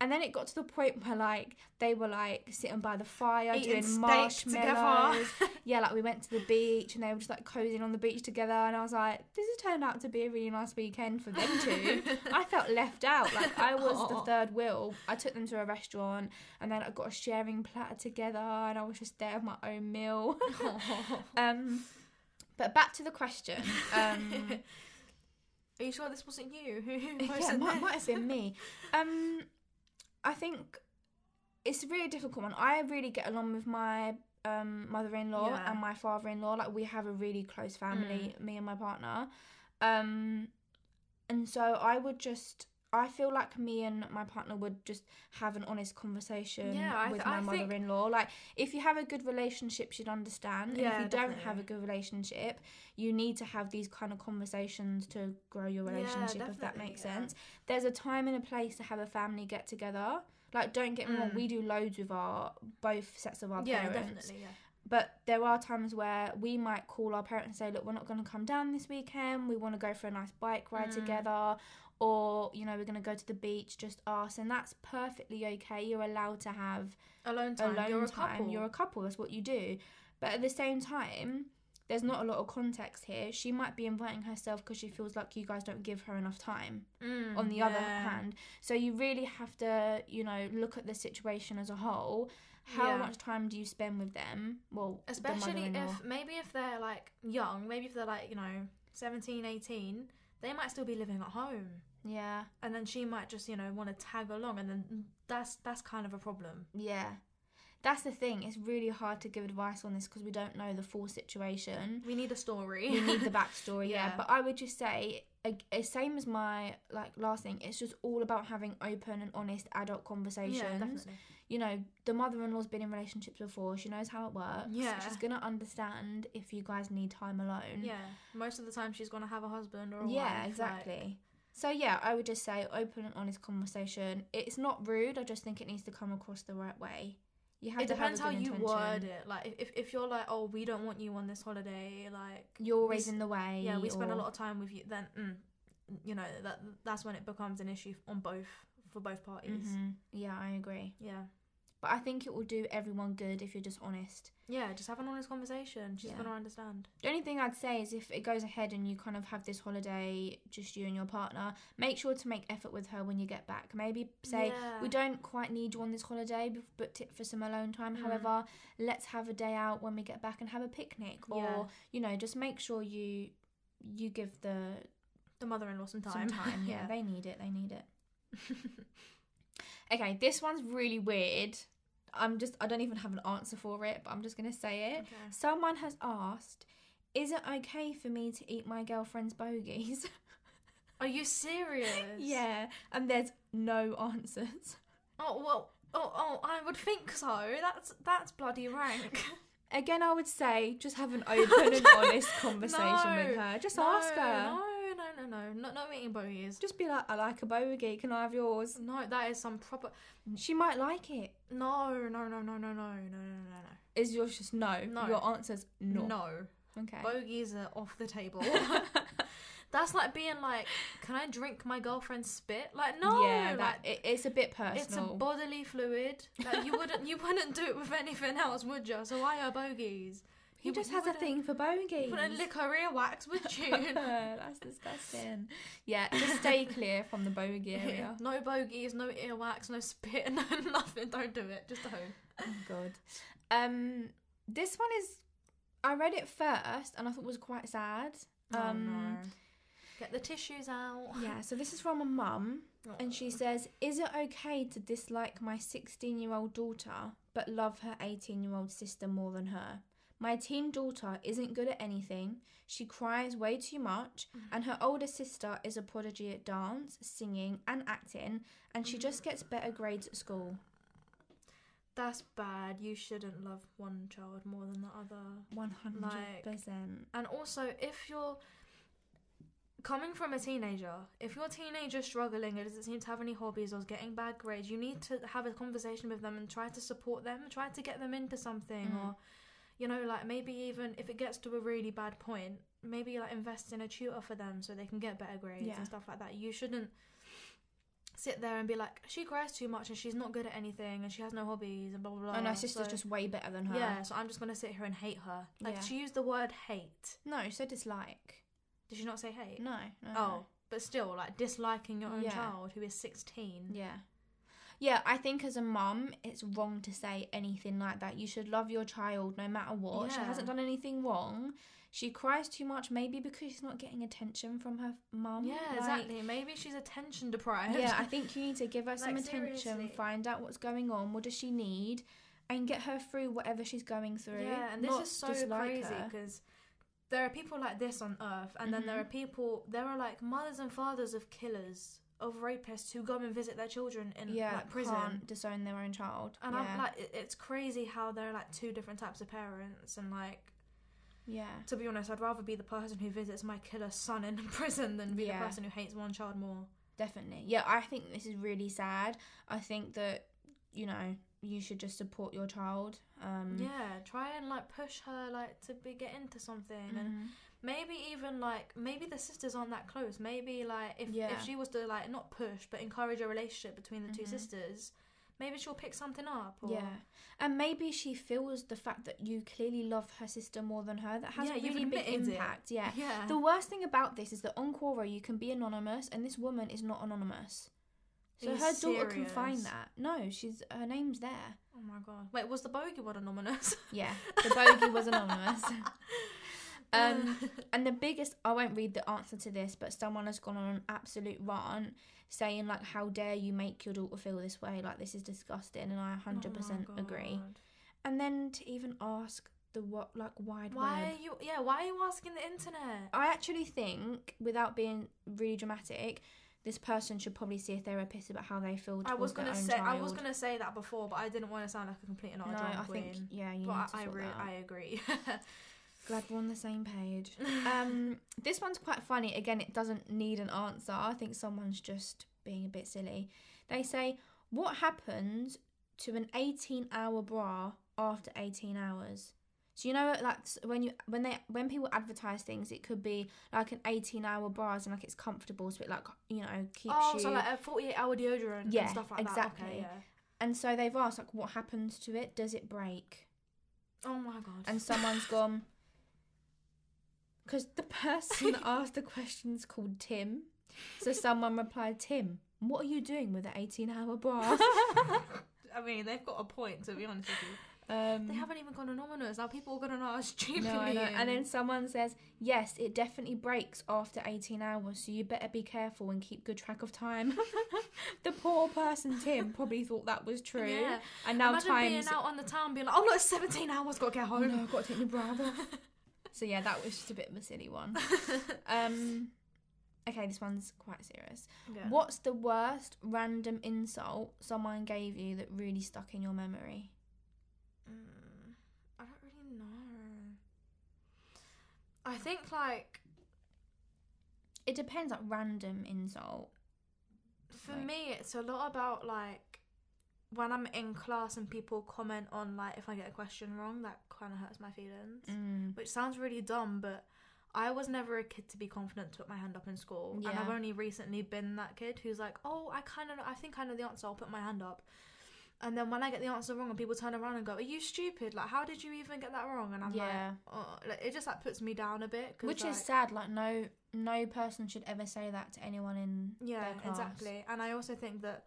Speaker 1: and then it got to the point where like they were like sitting by the fire
Speaker 2: eating
Speaker 1: doing
Speaker 2: steak together.
Speaker 1: marshmallows. yeah, like we went to the beach and they were just like cozying on the beach together. And I was like, "This has turned out to be a really nice weekend for them two. I felt left out. Like I was the
Speaker 2: Aw.
Speaker 1: third wheel. I took them to a restaurant, and then I got a sharing platter together, and I was just there with my own meal. um, but back to the question. Um,
Speaker 2: Are you sure this wasn't you? Who who
Speaker 1: yeah,
Speaker 2: posted
Speaker 1: it might,
Speaker 2: this?
Speaker 1: might have been me. Um, I think it's a really difficult one. I really get along with my um, mother-in-law
Speaker 2: Yeah. Mm.
Speaker 1: and my father-in-law. Like we have a really close family, me and my partner. Um, and so I would just. I feel like me and my partner would just have an honest conversation
Speaker 2: Yeah, I th-
Speaker 1: with my
Speaker 2: I think-
Speaker 1: mother-in-law. Like, if you have a good relationship, you'd understand. and if
Speaker 2: Yeah,
Speaker 1: you
Speaker 2: definitely.
Speaker 1: don't have a good relationship, you need to have these kind of conversations to grow your
Speaker 2: Yeah,
Speaker 1: relationship. if that
Speaker 2: definitely,
Speaker 1: makes
Speaker 2: yeah.
Speaker 1: sense there's a time and a place to have a family get together. Like, don't get me wrong,
Speaker 2: Mm.
Speaker 1: we do loads with our both sets of our
Speaker 2: yeah,
Speaker 1: parents.
Speaker 2: definitely. Yeah.
Speaker 1: But there are times where we might call our parents and say, Look, we're not going to come down this weekend. We want to go for a nice bike ride
Speaker 2: Mm.
Speaker 1: together. Or, you know, we're going to go to the beach, just us. And that's perfectly okay. You're allowed to have
Speaker 2: Alone time.
Speaker 1: alone
Speaker 2: You're a
Speaker 1: time.
Speaker 2: couple.
Speaker 1: You're a couple. That's what you do. But at the same time, there's not a lot of context here. She might be inviting herself because she feels like you guys don't give her enough time
Speaker 2: Mm,
Speaker 1: on the other
Speaker 2: yeah.
Speaker 1: hand. So you really have to, you know, look at the situation as a whole. How
Speaker 2: Yeah.
Speaker 1: much time do you spend with them? Well, the
Speaker 2: Especially
Speaker 1: mother-in-law.
Speaker 2: if maybe if they're like young, maybe if they're like you know 17, 18, they might still be living at home,
Speaker 1: yeah,
Speaker 2: and then she might just you know want to tag along, and then that's that's kind of a problem.
Speaker 1: yeah. That's the thing. It's really hard to give advice on this because we don't know the full situation.
Speaker 2: We need a story.
Speaker 1: We need the backstory, yeah.
Speaker 2: Yeah.
Speaker 1: But I would just say, a, a- same as my like last thing, it's just all about having open and honest adult conversations.
Speaker 2: yeah, definitely.
Speaker 1: You know, the mother-in-law's been in relationships before. She knows how it works.
Speaker 2: Yeah.
Speaker 1: she's gonna understand if you guys need time alone.
Speaker 2: Yeah, most of the time she's gonna have a husband or a wife.
Speaker 1: Yeah,
Speaker 2: like-
Speaker 1: exactly. so yeah, I would just say open and honest conversation. It's not rude. I just think it needs to come across the right way. You have
Speaker 2: it
Speaker 1: to
Speaker 2: depends
Speaker 1: have
Speaker 2: how
Speaker 1: a good
Speaker 2: you
Speaker 1: intention.
Speaker 2: word it. Like if- if if you're like, oh, we don't want you on this holiday, like
Speaker 1: You're
Speaker 2: We
Speaker 1: always
Speaker 2: s-
Speaker 1: in the way.
Speaker 2: yeah, we spend a
Speaker 1: or-
Speaker 2: lot of time with you. Then mm, you know that that's when it becomes an issue on both for both parties.
Speaker 1: Mhm. Yeah, I agree.
Speaker 2: Yeah,
Speaker 1: But I think it will do everyone good if you're just honest.
Speaker 2: yeah, just have an honest conversation. She's
Speaker 1: Yeah.
Speaker 2: gonna understand.
Speaker 1: The only thing I'd say is if it goes ahead and you kind of have this holiday just you and your partner, make sure to make effort with her when you get back. Maybe say,
Speaker 2: Yeah.
Speaker 1: we don't quite need you on this holiday, we've booked it for some alone time.
Speaker 2: Mm.
Speaker 1: However, let's have a day out when we get back and have a picnic. Or,
Speaker 2: Yeah.
Speaker 1: you know, just make sure you you give the
Speaker 2: the mother-in-law some time.
Speaker 1: some time. yeah, they need it. They need it. Okay, this one's really weird. I'm just I don't even have an answer for it, but I'm just gonna say it.
Speaker 2: Okay.
Speaker 1: Someone has asked, "Is it okay for me to eat my girlfriend's bogies?"
Speaker 2: Are you serious?
Speaker 1: yeah, and there's no answers.
Speaker 2: Oh well. Oh oh, I would think so. That's that's bloody rank.
Speaker 1: Again, I would say just have an open and honest conversation with
Speaker 2: No,
Speaker 1: her. Just
Speaker 2: no,
Speaker 1: ask her.
Speaker 2: No, no, no, no. Not not meeting bogies.
Speaker 1: Just be like, "I like a bogie. Can I have yours?"
Speaker 2: No, that is some proper.
Speaker 1: She might like it.
Speaker 2: No, no, no, no, no, no, no, no,
Speaker 1: Is yours just no?
Speaker 2: No.
Speaker 1: Your answer's
Speaker 2: no,
Speaker 1: no.
Speaker 2: no. No,
Speaker 1: Okay.
Speaker 2: bogies are off the table. That's like being like, can I drink my girlfriend's spit? Like no,
Speaker 1: yeah,
Speaker 2: like,
Speaker 1: that, it, it's a bit personal.
Speaker 2: it's a bodily fluid. Like you wouldn't, you wouldn't do it with anything else, would you? So why are bogies?
Speaker 1: He
Speaker 2: You
Speaker 1: just
Speaker 2: would-
Speaker 1: has
Speaker 2: you
Speaker 1: a thing for bogies.
Speaker 2: You wouldn't lick her earwax, would you?
Speaker 1: That's disgusting. Yeah, just stay clear from the bogie area.
Speaker 2: No bogies, no earwax, no spit, no nothing. Don't do it. Just don't.
Speaker 1: oh god. Um, this one is. I read it first and I thought it was quite sad. Um,
Speaker 2: no. Get the tissues out.
Speaker 1: Yeah, so this is from a mum and she says, "Is it okay to dislike my 16-year-old daughter but love her 18-year-old sister more than her?" My teen daughter isn't good at anything. She cries way too much,
Speaker 2: Mm-hmm.
Speaker 1: and her older sister is a prodigy at dance, singing, and acting, and she just gets better grades at school.
Speaker 2: That's bad. You shouldn't love one child more than the other.
Speaker 1: 100%.
Speaker 2: And also, if you're coming from a teenager, if your teenager's struggling and doesn't seem to have any hobbies or is getting bad grades, you need to have a conversation with them and try to support them, try to get them into something,
Speaker 1: Mm.
Speaker 2: or you know, like maybe even if it gets to a really bad point, maybe like invest in a tutor for them so they can get better grades
Speaker 1: Yeah.
Speaker 2: and stuff like that. You shouldn't sit there and be like, she cries too much and she's not good at anything and she has no hobbies and blah blah blah.
Speaker 1: and her sister's
Speaker 2: So-
Speaker 1: just way better than her.
Speaker 2: yeah, so I'm just gonna sit here and hate her. Like
Speaker 1: Yeah.
Speaker 2: she used the word hate.
Speaker 1: No, so dislike.
Speaker 2: Did she not say hate?
Speaker 1: No. no
Speaker 2: Oh, but still, like disliking your own
Speaker 1: Yeah.
Speaker 2: child who is 16.
Speaker 1: Yeah. Yeah, I think as a mum, it's wrong to say anything like that. You should love your child no matter what. She
Speaker 2: Yeah.
Speaker 1: hasn't done anything wrong. She cries too much, maybe because she's not getting attention from her mum.
Speaker 2: Yeah,
Speaker 1: Like,
Speaker 2: exactly. Maybe she's attention deprived.
Speaker 1: Yeah, I think you need to give her some
Speaker 2: Like,
Speaker 1: attention,
Speaker 2: seriously.
Speaker 1: find out what's going on, what does she need, and get her through whatever she's going through.
Speaker 2: Yeah, and this
Speaker 1: not
Speaker 2: is so
Speaker 1: dislike
Speaker 2: crazy
Speaker 1: her.
Speaker 2: because there are people like this on earth, and then there are
Speaker 1: Mhm.
Speaker 2: people, there are like mothers and fathers of killers, of rapists who go and visit their children in
Speaker 1: yeah,
Speaker 2: like, prison.
Speaker 1: can't disown their own child.
Speaker 2: And
Speaker 1: yeah.
Speaker 2: I'm like, it- it's crazy how there are like two different types of parents, and like,
Speaker 1: yeah,
Speaker 2: to be honest, I'd rather be the person who visits my killer son in prison than be
Speaker 1: Yeah.
Speaker 2: the person who hates one child more.
Speaker 1: definitely. Yeah, I think this is really sad. I think that you know you should just support your child. Um,
Speaker 2: Yeah, try and like push her like to be get into something, and
Speaker 1: mhm.
Speaker 2: maybe even like maybe the sisters aren't that close. Maybe like if
Speaker 1: Yeah.
Speaker 2: if she was to like not push but encourage a relationship between the two
Speaker 1: Mhm.
Speaker 2: sisters, maybe she'll pick something up. Or,
Speaker 1: Yeah, and maybe she feels the fact that you clearly love her sister more than her. That has
Speaker 2: Yeah,
Speaker 1: a
Speaker 2: you've
Speaker 1: really big
Speaker 2: admitted it.
Speaker 1: impact. Yeah.
Speaker 2: yeah.
Speaker 1: The worst thing about this is that on Quora you can be anonymous, and this woman is not anonymous. So
Speaker 2: Are
Speaker 1: her
Speaker 2: you
Speaker 1: daughter can find
Speaker 2: serious?
Speaker 1: that. No, she's her name's there.
Speaker 2: oh my god! Wait, was the bogey one anonymous?
Speaker 1: Yeah, the bogey was anonymous. Um,
Speaker 2: Oh
Speaker 1: and the biggest, I won't read the answer to this, but someone has gone on an absolute rant saying like, "How dare you make your daughter feel this way? Like this is disgusting." And I
Speaker 2: Oh my
Speaker 1: 100% agree.
Speaker 2: God.
Speaker 1: and then to even ask the what like wide
Speaker 2: Why
Speaker 1: web.
Speaker 2: are you? Yeah, why are you asking the internet?
Speaker 1: I actually think, without being really dramatic, this person should probably see a therapist about how they feel.
Speaker 2: I
Speaker 1: towards
Speaker 2: was
Speaker 1: their
Speaker 2: gonna
Speaker 1: own
Speaker 2: say I was
Speaker 1: child.
Speaker 2: gonna say that before, but I didn't want to sound like a complete and utter
Speaker 1: No,
Speaker 2: drama
Speaker 1: I
Speaker 2: queen.
Speaker 1: think yeah, you
Speaker 2: but
Speaker 1: need
Speaker 2: I,
Speaker 1: to
Speaker 2: I,
Speaker 1: sort
Speaker 2: re-
Speaker 1: that out.
Speaker 2: I agree.
Speaker 1: Glad we're on the same page. um, this one's quite funny. Again, it doesn't need an answer. I think someone's just being a bit silly. They say, "What happens to an 18-hour bra after 18 hours?" So you know, like s- when you when they when people advertise things, it could be like an 18-hour bra, and like it's comfortable, so it like you know keeps
Speaker 2: oh,
Speaker 1: you.
Speaker 2: so like a forty-eight hour deodorant
Speaker 1: Yeah,
Speaker 2: and stuff like that.
Speaker 1: exactly.
Speaker 2: Okay, yeah.
Speaker 1: and so they've asked like, "What happens to it? Does it break?"
Speaker 2: Oh my god.
Speaker 1: and someone's gone because the person that asked the question's called Tim. So someone replied, "Tim, what are you doing with an eighteen-hour bra?"
Speaker 2: I mean, they've got a point to be honest with you.
Speaker 1: Um,
Speaker 2: They haven't even gone anonymous. Now people are gonna know I was cheating
Speaker 1: no, I
Speaker 2: you.
Speaker 1: know. And then someone says, "Yes, it definitely breaks after eighteen hours, so you better be careful and keep good track of time." the poor person Tim probably thought that was true,
Speaker 2: Yeah.
Speaker 1: and now
Speaker 2: Imagine
Speaker 1: times.
Speaker 2: being out on the town being like, oh, look, it's 17 hours, got to get
Speaker 1: oh
Speaker 2: home.
Speaker 1: no, I've got to take my bra off. so yeah, that was just a bit of a silly one. Um, okay, this one's quite serious.
Speaker 2: Yeah.
Speaker 1: What's the worst random insult someone gave you that really stuck in your memory?
Speaker 2: Mm, I don't really know. I think, like,
Speaker 1: It depends, like random insult.
Speaker 2: for
Speaker 1: Like-
Speaker 2: me, it's a lot about, like, when I'm in class and people comment on, like, if I get a question wrong, that kind of hurts my feelings.
Speaker 1: Mm.
Speaker 2: Which sounds really dumb, but I was never a kid to be confident to put my hand up in school. And
Speaker 1: Yeah.
Speaker 2: I've only recently been that kid who's like, oh, I kind of, I think I know the answer, I'll put my hand up. And then when I get the answer wrong and people turn around and go, are you stupid? Like, how did you even get that wrong? And I'm
Speaker 1: Yeah,
Speaker 2: like, oh, like, it just, like, puts me down a bit. 'cause,
Speaker 1: which
Speaker 2: like,
Speaker 1: is sad. Like no, no person should ever say that to anyone in
Speaker 2: Yeah,
Speaker 1: their class.
Speaker 2: exactly. And I also think that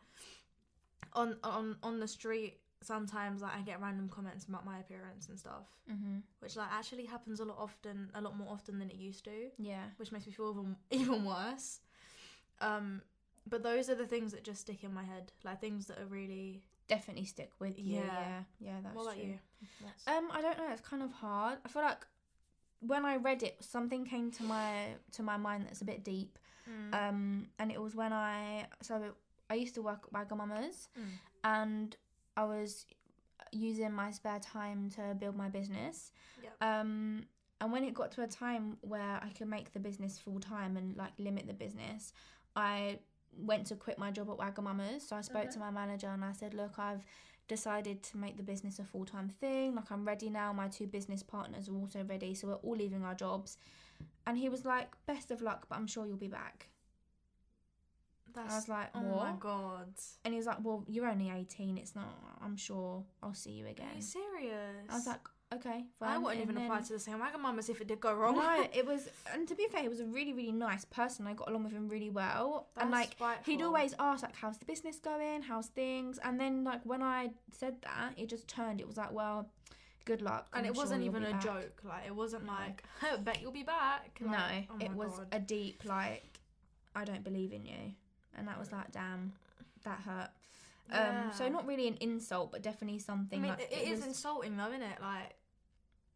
Speaker 2: on on on the street sometimes like I get random comments about my appearance and stuff,
Speaker 1: hmm
Speaker 2: which like actually happens a lot often, a lot more often than it used to,
Speaker 1: Yeah,
Speaker 2: which makes me feel even even worse. Um, but those are the things that just stick in my head, like things that are really.
Speaker 1: definitely stick with you. Yeah,
Speaker 2: Yeah.
Speaker 1: yeah, that's
Speaker 2: what about
Speaker 1: true.
Speaker 2: you? Uh,
Speaker 1: Um, I don't know. It's kind of hard. I feel like when I read it, something came to my to my mind that's a bit deep.
Speaker 2: Mm.
Speaker 1: Um, and it was when I so I used to work at Wagamama's,
Speaker 2: Mm.
Speaker 1: and I was using my spare time to build my business.
Speaker 2: Yep.
Speaker 1: Um, and when it got to a time where I could make the business full time and like limit the business, I went to quit my job at Wagamama's. So I spoke to my
Speaker 2: Uh-huh.
Speaker 1: manager and I said, "Look, I've decided to make the business a full time thing. Like I'm ready now. My two business partners are also ready, so we're all leaving our jobs." And he was like, "Best of luck, but I'm sure you'll be back."
Speaker 2: That's,
Speaker 1: I was like,
Speaker 2: oh
Speaker 1: what?
Speaker 2: my god.
Speaker 1: And he was like, well, you're only 18. It's not, I'm sure I'll see you
Speaker 2: Are
Speaker 1: again.
Speaker 2: you serious?
Speaker 1: I was like, okay, fine.
Speaker 2: I wouldn't
Speaker 1: And
Speaker 2: even
Speaker 1: then-
Speaker 2: apply to the same Wagamamas if it did go wrong.
Speaker 1: No, it was, and to be fair, he was a really, really nice person. I got along with him really well. and
Speaker 2: That's
Speaker 1: like, he'd
Speaker 2: spiteful.
Speaker 1: always ask, like, how's the business going? How's things? And then, like, when I said that, it just turned. It was like, well, good luck.
Speaker 2: and
Speaker 1: I'm
Speaker 2: it
Speaker 1: sure
Speaker 2: wasn't
Speaker 1: you'll
Speaker 2: even
Speaker 1: be
Speaker 2: a
Speaker 1: back.
Speaker 2: joke. Like it wasn't
Speaker 1: No.
Speaker 2: like bet you'll be back.
Speaker 1: No,
Speaker 2: Like, oh
Speaker 1: it
Speaker 2: my
Speaker 1: was
Speaker 2: God.
Speaker 1: a deep, like, I don't believe in you. And that was like, damn, that hurt. Um, so
Speaker 2: Yeah.
Speaker 1: not really an insult, but definitely
Speaker 2: I
Speaker 1: something
Speaker 2: mean,
Speaker 1: like
Speaker 2: it- it is
Speaker 1: was-
Speaker 2: insulting though, isn't it? Like,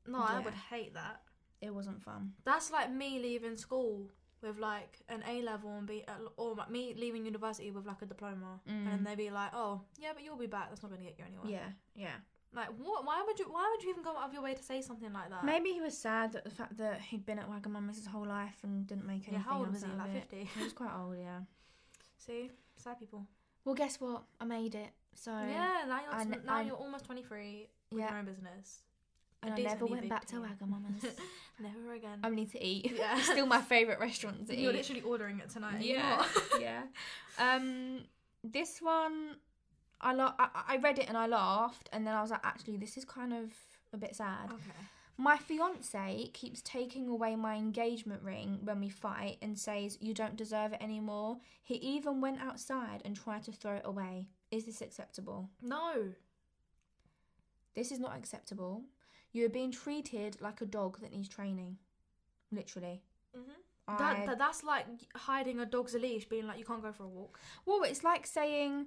Speaker 2: no, I
Speaker 1: Yeah.
Speaker 2: would hate that.
Speaker 1: it wasn't fun.
Speaker 2: That's like me leaving school with like an A level and be uh, or like me leaving university with like a diploma,
Speaker 1: Mm.
Speaker 2: and they'd be like, "Oh, yeah, but you'll be back. That's not going to get you anywhere."
Speaker 1: Yeah, yeah.
Speaker 2: Like, what? Why would you? Why would you even go out of your way to say something like that?
Speaker 1: Maybe he was sad that the fact that he'd been at Wagamama's his whole life and didn't make anything.
Speaker 2: Yeah, how old
Speaker 1: else
Speaker 2: was he?
Speaker 1: out of
Speaker 2: Like
Speaker 1: it.
Speaker 2: fifty.
Speaker 1: He was quite old, yeah.
Speaker 2: See, sad people.
Speaker 1: Well, guess what? I made it. So
Speaker 2: Yeah, now you're
Speaker 1: I ne-
Speaker 2: now
Speaker 1: I-
Speaker 2: you're almost twenty three with
Speaker 1: Yeah.
Speaker 2: your own business.
Speaker 1: and
Speaker 2: a
Speaker 1: I never
Speaker 2: decently
Speaker 1: went
Speaker 2: big
Speaker 1: back to
Speaker 2: team.
Speaker 1: Wagamama's.
Speaker 2: Never again.
Speaker 1: I need to eat.
Speaker 2: Yeah.
Speaker 1: Still my favourite restaurant to
Speaker 2: You're
Speaker 1: eat.
Speaker 2: literally ordering it tonight. are you
Speaker 1: Yeah,
Speaker 2: not?
Speaker 1: yeah. Um, this one, I, la- I I read it and I laughed, and then I was like, actually, this is kind of a bit sad.
Speaker 2: Okay.
Speaker 1: My fiance keeps taking away my engagement ring when we fight and says, You don't deserve it anymore. He even went outside and tried to throw it away. Is this acceptable?
Speaker 2: No.
Speaker 1: This is not acceptable. You are being treated like a dog that needs training. Literally. I-
Speaker 2: That, that that's like hiding a dog's leash, being like you can't go for a walk.
Speaker 1: Well, it's like saying,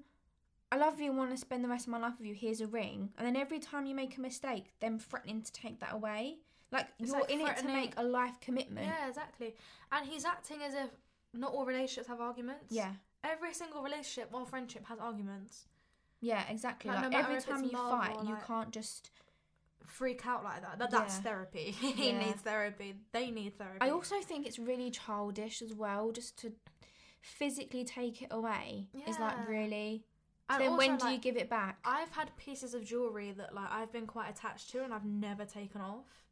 Speaker 1: I love you and want to spend the rest of my life with you. Here's a ring. And then every time you make a mistake, them threatening to take that away. Like
Speaker 2: It's
Speaker 1: you're
Speaker 2: like
Speaker 1: in it to
Speaker 2: threatening-
Speaker 1: make a life commitment.
Speaker 2: Yeah, exactly. And he's acting as if not all relationships have arguments.
Speaker 1: Yeah.
Speaker 2: Every single relationship or friendship has arguments.
Speaker 1: Yeah, exactly.
Speaker 2: Like,
Speaker 1: Like,
Speaker 2: no matter
Speaker 1: every
Speaker 2: if it's
Speaker 1: time you
Speaker 2: love
Speaker 1: fight,
Speaker 2: or,
Speaker 1: you
Speaker 2: like-
Speaker 1: can't just.
Speaker 2: Freak out like that. that that's
Speaker 1: Yeah.
Speaker 2: therapy. he
Speaker 1: Yeah.
Speaker 2: needs therapy. They need therapy.
Speaker 1: I also think it's really childish as well, just to physically take it away. Is
Speaker 2: Yeah.
Speaker 1: like really. So
Speaker 2: And
Speaker 1: then when
Speaker 2: also,
Speaker 1: do you
Speaker 2: like,
Speaker 1: give it back?
Speaker 2: I've had pieces of jewelry that like I've been quite attached to and I've never taken off.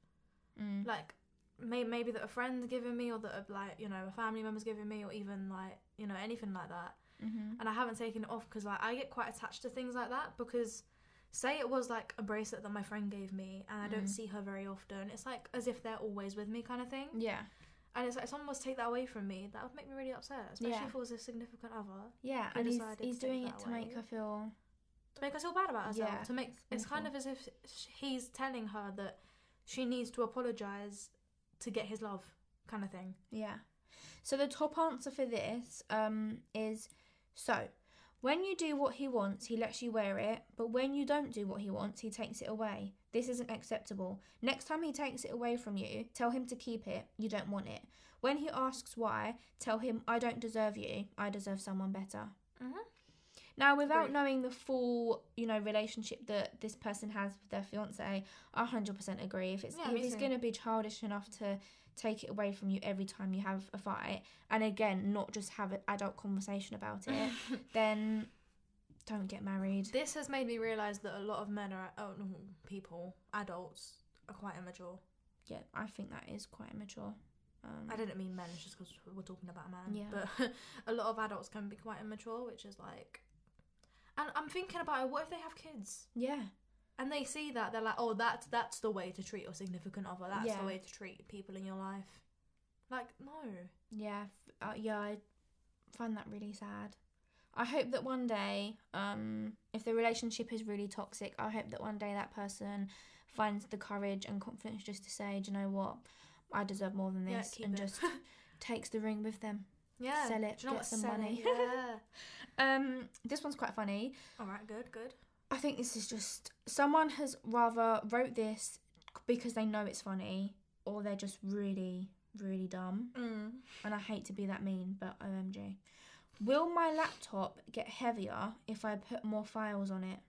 Speaker 1: Mm.
Speaker 2: Like may- maybe that a friend's given me or that a, like you know a family member's given me or even like you know anything like that.
Speaker 1: Mhm.
Speaker 2: and I haven't taken it off because like I get quite attached to things like that because say it was like a bracelet that my friend gave me and I don't
Speaker 1: Mm.
Speaker 2: see her very often it's like as if they're always with me kind of thing
Speaker 1: Yeah.
Speaker 2: and it's like if someone was to take that away from me that would make me really upset especially
Speaker 1: Yeah.
Speaker 2: if it was a significant other
Speaker 1: Yeah,
Speaker 2: who
Speaker 1: and he's,
Speaker 2: decided
Speaker 1: heys
Speaker 2: to take
Speaker 1: doing
Speaker 2: that
Speaker 1: it to
Speaker 2: away.
Speaker 1: make her feel.
Speaker 2: to make her feel bad about herself
Speaker 1: Yeah,
Speaker 2: to make
Speaker 1: it's
Speaker 2: it's kind of
Speaker 1: awful.
Speaker 2: as if sh- he's telling her that she needs to apologize to get his love kind of thing
Speaker 1: Yeah. So the top answer for this um, is so. When you do what he wants, he lets you wear it, but when you don't do what he wants, he takes it away. This isn't acceptable. Next time he takes it away from you, tell him to keep it. You don't want it. When he asks why, tell him, I don't deserve you. I deserve someone better.
Speaker 2: mm-hmm.
Speaker 1: Now, without
Speaker 2: Agreed.
Speaker 1: knowing the full, you know, relationship that this person has with their fiance, I hundred percent agree. If it's
Speaker 2: Yeah,
Speaker 1: if
Speaker 2: me
Speaker 1: it's
Speaker 2: too.
Speaker 1: going to be childish enough to take it away from you every time you have a fight, and again, not just have an adult conversation about it, then don't get married.
Speaker 2: This has made me realise that a lot of men are, oh, no, people, adults, are quite immature.
Speaker 1: Yeah, I think that is quite immature. Um,
Speaker 2: I didn't mean men, it's just because we're talking about a man.
Speaker 1: Yeah.
Speaker 2: But a lot of adults can be quite immature, which is like. And I'm thinking about it, what if they have kids
Speaker 1: yeah,
Speaker 2: and they see that they're like, oh, that's that's the way to treat your significant other. That's
Speaker 1: Yeah.
Speaker 2: the way to treat people in your life. Like no,
Speaker 1: yeah, f- uh, yeah. I find that really sad. I hope that one day, um, if the relationship is really toxic, I hope that one day that person finds the courage and confidence just to say, "Do you know what, I deserve more than
Speaker 2: yeah,
Speaker 1: this,"
Speaker 2: keep
Speaker 1: and
Speaker 2: it.
Speaker 1: just takes the ring with them.
Speaker 2: yeah,
Speaker 1: sell it,
Speaker 2: Do you know
Speaker 1: get
Speaker 2: what?
Speaker 1: some
Speaker 2: Sell
Speaker 1: money.
Speaker 2: It. Yeah.
Speaker 1: Um, this one's quite funny.
Speaker 2: All right, good, good.
Speaker 1: I think this is just someone has rather wrote this because they know it's funny, or they're just really, really dumb.
Speaker 2: Mm.
Speaker 1: and I hate to be that mean, but OMG. Will my laptop get heavier if I put more files on it?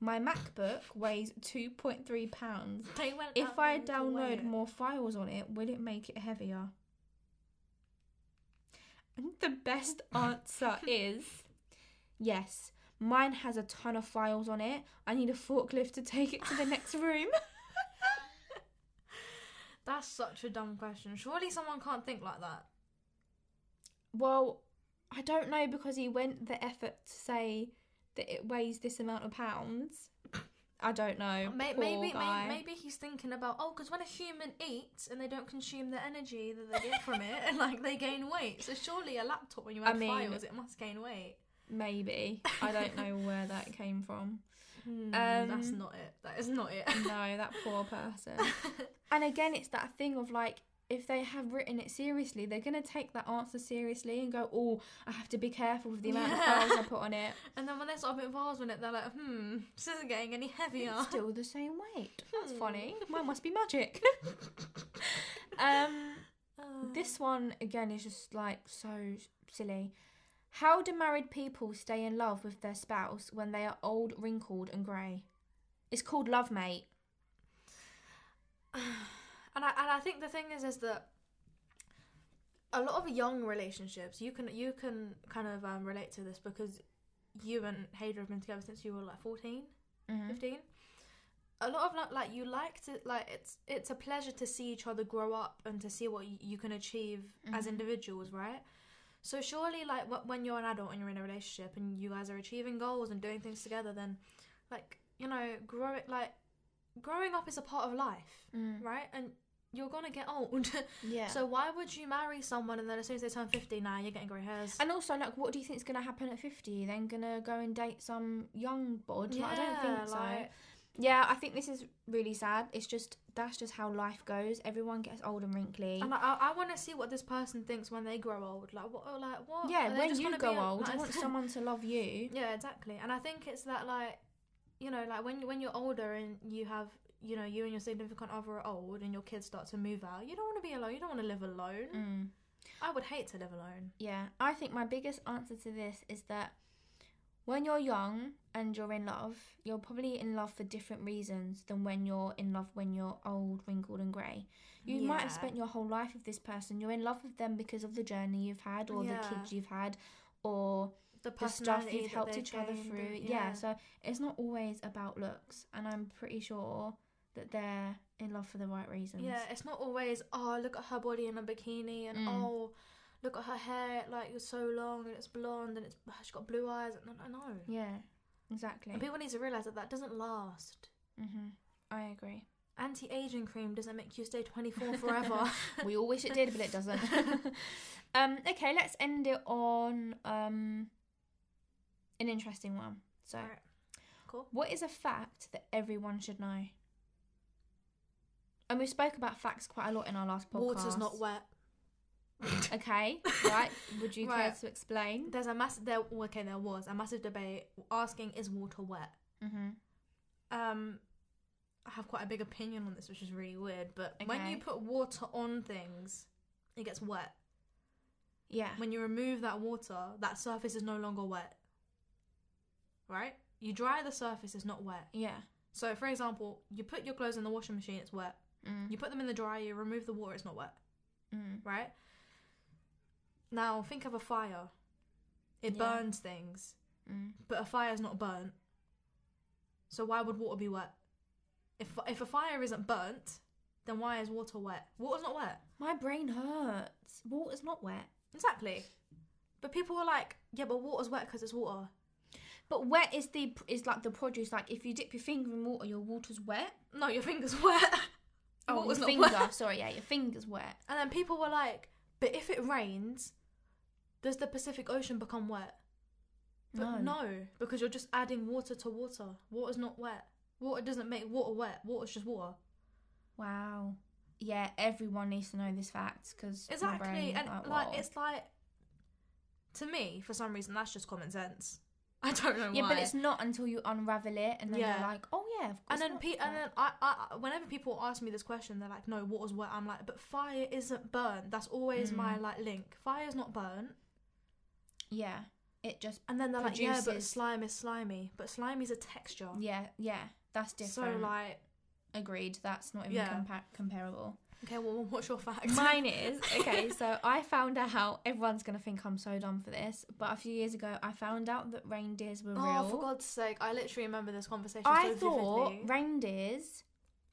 Speaker 1: My MacBook weighs 2.3 pounds.
Speaker 2: They went
Speaker 1: If
Speaker 2: out
Speaker 1: I
Speaker 2: there to weigh
Speaker 1: download
Speaker 2: it.
Speaker 1: more files on it, will it make it heavier? And the best answer is yes. Mine has a ton of files on it. I need a forklift to take it to the next room.
Speaker 2: That's such a dumb question. Surely someone can't think like that.
Speaker 1: Well, I don't know because he went the effort to say that it weighs this amount of pounds. I don't know.
Speaker 2: May-
Speaker 1: Poor
Speaker 2: Maybe,
Speaker 1: guy.
Speaker 2: maybe, maybe he's thinking about oh, because when a human eats and they don't consume the energy that they get from it, like they gain weight. So surely a laptop when you
Speaker 1: I
Speaker 2: add
Speaker 1: mean-
Speaker 2: files, it must gain weight.
Speaker 1: Maybe. I don't know where that came from.
Speaker 2: hmm, that's
Speaker 1: Um,
Speaker 2: not it. That is not it.
Speaker 1: No, that poor person. And again, it's that thing of like, if they have written it seriously, they're going to take that answer seriously and go, oh, I have to be careful with the amount
Speaker 2: Yeah.
Speaker 1: of files I put on it.
Speaker 2: and then when they're sort of involved in it, they're like, hmm, this isn't getting any heavier.
Speaker 1: It's still the same weight. That's
Speaker 2: Hmm.
Speaker 1: funny. Mine must be magic. um.
Speaker 2: Uh,
Speaker 1: This one again is just like so silly. How do married people stay in love with their spouse when they are old, wrinkled, and grey? It's called love, mate.
Speaker 2: and I and I think the thing is is that a lot of young relationships you can you can kind of um, relate to this because you and Hader have been together since you were like 14
Speaker 1: Mm-hmm. Mm.
Speaker 2: 15 a lot of like, like you like to like it's it's a pleasure to see each other grow up and to see what y- you can achieve as
Speaker 1: Mhm.
Speaker 2: individuals right so surely like wh- when you're an adult and you're in a relationship and you guys are achieving goals and doing things together then like you know grow it like growing up is a part of life
Speaker 1: Mm.
Speaker 2: right and you're gonna get old
Speaker 1: Yeah.
Speaker 2: so why would you marry someone and then as soon as they turn 50 now you're getting grey hairs
Speaker 1: and also, like, what do you think is going to happen at 50? Then going to go and date some young bod? Like, I don't think so.
Speaker 2: like,
Speaker 1: Yeah, I think this is really sad. It's just that's just how life goes. Everyone gets old and wrinkly.
Speaker 2: And I, I want to see what this person thinks when they grow old. Like what? oh, Like what? Are
Speaker 1: yeah,
Speaker 2: they
Speaker 1: when
Speaker 2: just
Speaker 1: you
Speaker 2: gonna
Speaker 1: go
Speaker 2: be a-
Speaker 1: old,
Speaker 2: like,
Speaker 1: you want someone to love you.
Speaker 2: Yeah, exactly. And I think it's that like, you know, like when you when you're older and you have, you know, you and your significant other are old and your kids start to move out, you don't want to be alone. You don't want to live alone.
Speaker 1: Mm.
Speaker 2: I would hate to live alone.
Speaker 1: Yeah, I think my biggest answer to this is that when you're young and you're in love, you're probably in love for different reasons than when you're in love when you're old, wrinkled, and grey. You might have
Speaker 2: Yeah.
Speaker 1: spent your whole life with this person. You're in love with them because of the journey you've had, or the
Speaker 2: Yeah.
Speaker 1: kids you've had, or the
Speaker 2: The,
Speaker 1: stuff
Speaker 2: personality
Speaker 1: you've
Speaker 2: that
Speaker 1: helped
Speaker 2: they've
Speaker 1: each other
Speaker 2: gained
Speaker 1: through.
Speaker 2: and-
Speaker 1: yeah. so it's not always about looks, and I'm pretty sure that they're in love for the right reasons.
Speaker 2: yeah, it's not always oh look at her body in a bikini and
Speaker 1: Mm.
Speaker 2: oh look at her hair like it's so long and it's blonde and it's she's got blue eyes. No, no, no.
Speaker 1: yeah, exactly.
Speaker 2: And people need to realize that that doesn't last.
Speaker 1: hmm I agree.
Speaker 2: Anti-aging cream doesn't make you stay 24 forever.
Speaker 1: We all wish it did, but it doesn't. um, okay, let's end it on um, an interesting one. So,
Speaker 2: Alright. Cool.
Speaker 1: what is a fact that everyone should know? And we spoke about facts quite a lot in our last podcast.
Speaker 2: Water's not wet.
Speaker 1: Okay, right. Would you care
Speaker 2: Right.
Speaker 1: to explain?
Speaker 2: There's a massive there. well, Okay, there was a massive debate asking is water wet.
Speaker 1: Mm-hmm.
Speaker 2: Um, I have quite a big opinion on this, which is really weird. But when
Speaker 1: Okay.
Speaker 2: you put water on things, it gets wet.
Speaker 1: Yeah.
Speaker 2: When you remove that water, that surface is no longer wet. Right? You dry the surface, it's not wet.
Speaker 1: Yeah.
Speaker 2: So, for example, you put your clothes in the washing machine, it's wet.
Speaker 1: Mm.
Speaker 2: You put them in the dryer, you remove the water, it's not wet.
Speaker 1: Mm.
Speaker 2: right? Now think of a fire. It
Speaker 1: Yeah.
Speaker 2: burns things,
Speaker 1: Mm.
Speaker 2: but a fire is not burnt. So why would water be wet? If if a fire isn't burnt, then why is water wet? Water's not wet.
Speaker 1: My brain hurts. Water's not wet.
Speaker 2: Exactly. But people were like, yeah, but water's wet because it's water.
Speaker 1: But wet is the is like the produce. Like if you dip your finger in water, your water's wet.
Speaker 2: No, your finger's wet.
Speaker 1: Oh,
Speaker 2: water's
Speaker 1: your
Speaker 2: not
Speaker 1: finger.
Speaker 2: wet.
Speaker 1: Sorry, yeah, your finger's wet.
Speaker 2: And then people were like, but if it rains, does the Pacific Ocean become wet? But no. because you're just adding water to water. Water's not wet. Water doesn't make water wet. Water's just water.
Speaker 1: Wow. Yeah, everyone needs to know this fact because
Speaker 2: Exactly. And like it's like to me, for some reason, that's just common sense. I don't know
Speaker 1: yeah,
Speaker 2: why.
Speaker 1: but it's not until you unravel it and then
Speaker 2: Yeah.
Speaker 1: you're like, oh yeah, of course.
Speaker 2: and then
Speaker 1: not.
Speaker 2: pe- and then I, I whenever people ask me this question, they're like, "No, water's wet." I'm like, "But fire isn't burnt." That's always my
Speaker 1: Mm.
Speaker 2: like link. Fire's not burnt.
Speaker 1: yeah, it just
Speaker 2: And then they're like, "Yeah, but
Speaker 1: Produces-
Speaker 2: slime is slimy." But slimy's a texture.
Speaker 1: yeah yeah that's
Speaker 2: so
Speaker 1: different.
Speaker 2: like,
Speaker 1: Agreed. That's not even
Speaker 2: Yeah.
Speaker 1: compa- comparable.
Speaker 2: okay, well, what's your fact?
Speaker 1: Mine is okay. So I found out. Everyone's gonna think I'm so dumb for this, but a few years ago, I found out that reindeers were real.
Speaker 2: Oh, for God's sake! I literally remember this conversation
Speaker 1: I
Speaker 2: so
Speaker 1: thought
Speaker 2: vividly.
Speaker 1: reindeers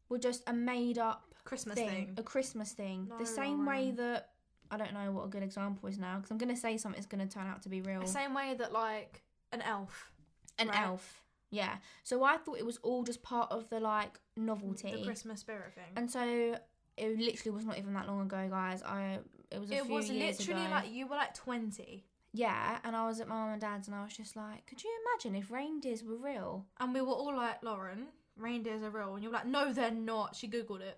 Speaker 1: were just a made up
Speaker 2: Christmas
Speaker 1: thing,
Speaker 2: thing.
Speaker 1: a Christmas thing.
Speaker 2: No,
Speaker 1: the same way
Speaker 2: Lauren.
Speaker 1: that I don't know what a good example is now because I'm gonna say something's gonna turn out to be real.
Speaker 2: The same way that like an elf,
Speaker 1: An
Speaker 2: right.
Speaker 1: elf, yeah. So I thought it was all just part of the like novelty,
Speaker 2: the Christmas spirit thing.
Speaker 1: and so it literally was not even that long ago, guys. I it was a
Speaker 2: it
Speaker 1: few
Speaker 2: was
Speaker 1: years
Speaker 2: literally
Speaker 1: ago.
Speaker 2: like you were like twenty,
Speaker 1: yeah, and I was at my mum and dad's, and I was just like, could you imagine if reindeers were real?
Speaker 2: and we were all like, Lauren, reindeers are real, and you were like, No, they're not. She googled it.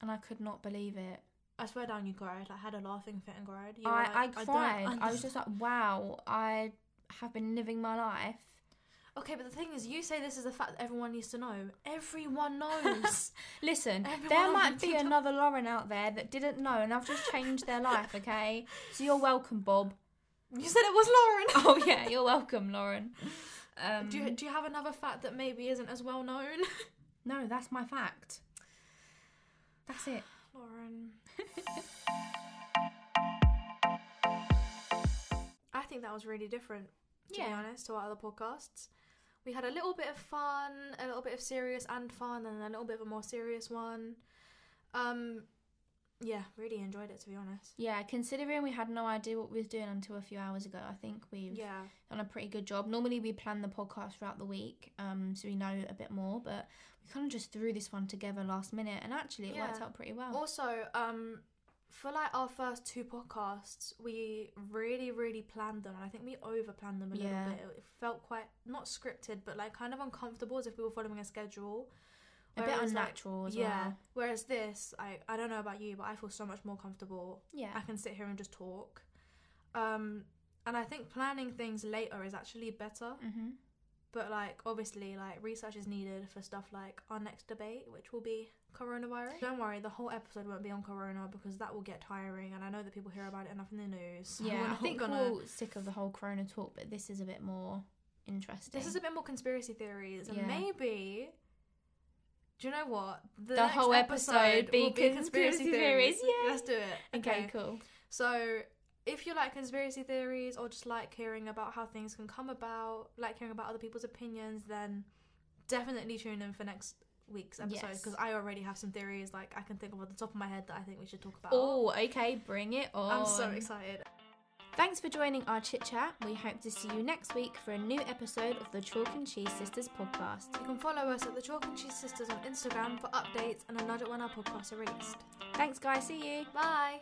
Speaker 1: And I could not believe it.
Speaker 2: I swear down, you cried. I had a laughing fit and cried. You were like,
Speaker 1: I, I
Speaker 2: don't
Speaker 1: cried. I, was
Speaker 2: understand."
Speaker 1: just like, wow, I have been living my life.
Speaker 2: okay, but the thing is, you say this is the fact that everyone needs to know. Everyone knows.
Speaker 1: Listen, there
Speaker 2: Everyone
Speaker 1: might be
Speaker 2: did not-
Speaker 1: another Lauren out there that didn't know, and I've just changed their life, okay? So you're welcome, Bob.
Speaker 2: you said it was Lauren.
Speaker 1: Oh, yeah, you're welcome, Lauren. Um,
Speaker 2: do you, do you have another fact that maybe isn't as well known?
Speaker 1: No, that's my fact. That's it.
Speaker 2: Lauren. I think that was really different, to be
Speaker 1: Yeah.
Speaker 2: honest, to our other podcasts. We had a little bit of fun, a little bit of serious and fun, and a little bit of a more serious one. Um, yeah, really enjoyed it, to be honest.
Speaker 1: Yeah, considering we had no idea what we was doing until a few hours ago, I think we've
Speaker 2: Yeah,
Speaker 1: done a pretty good job. Normally we plan the podcast throughout the week, um, so we know a bit more, but we kind of just threw this one together last minute, and actually it worked
Speaker 2: Yeah.
Speaker 1: out pretty well.
Speaker 2: Also, um, for like our first two podcasts, we really, really planned them, and I think we over planned them a
Speaker 1: Yeah.
Speaker 2: little bit. It felt quite not scripted, but like kind of uncomfortable, as if we were following a schedule.
Speaker 1: A bit
Speaker 2: Whereas, like,
Speaker 1: unnatural as
Speaker 2: yeah.
Speaker 1: well.
Speaker 2: Whereas this, I I don't know about you, but I feel so much more comfortable. I
Speaker 1: Yeah.
Speaker 2: can sit here and just talk. Um, and I think planning things later is actually better.
Speaker 1: Mm-hmm.
Speaker 2: But like obviously, like research is needed for stuff like our next debate, which will be coronavirus. Don't worry, the whole episode won't be on corona because that will get tiring, and I know that people hear about it enough in the news. so we're
Speaker 1: Yeah. I
Speaker 2: not
Speaker 1: think
Speaker 2: gonna-
Speaker 1: we're all sick of the whole Corona talk, but this is a bit more interesting.
Speaker 2: this is a bit more conspiracy theories, and
Speaker 1: Yeah.
Speaker 2: maybe. Do you know what?
Speaker 1: The
Speaker 2: next
Speaker 1: whole episode be
Speaker 2: will
Speaker 1: conspiracy theories, yay!
Speaker 2: Let's do it.
Speaker 1: okay, cool.
Speaker 2: So, if you like conspiracy theories or just like hearing about how things can come about, like hearing about other people's opinions, then definitely tune in for next week's episode
Speaker 1: Yes.
Speaker 2: because I already have some theories like I can think of at the top of my head that I think we should talk about.
Speaker 1: Oh, okay, bring it on.
Speaker 2: I'm so excited.
Speaker 1: Thanks for joining our chit chat. We hope to see you next week for a new episode of the Chalk and Cheese Sisters podcast.
Speaker 2: You can follow us at the Chalk and Cheese Sisters on Instagram for updates and a nudge at when our podcasts are released.
Speaker 1: Thanks, guys. See you.
Speaker 2: Bye.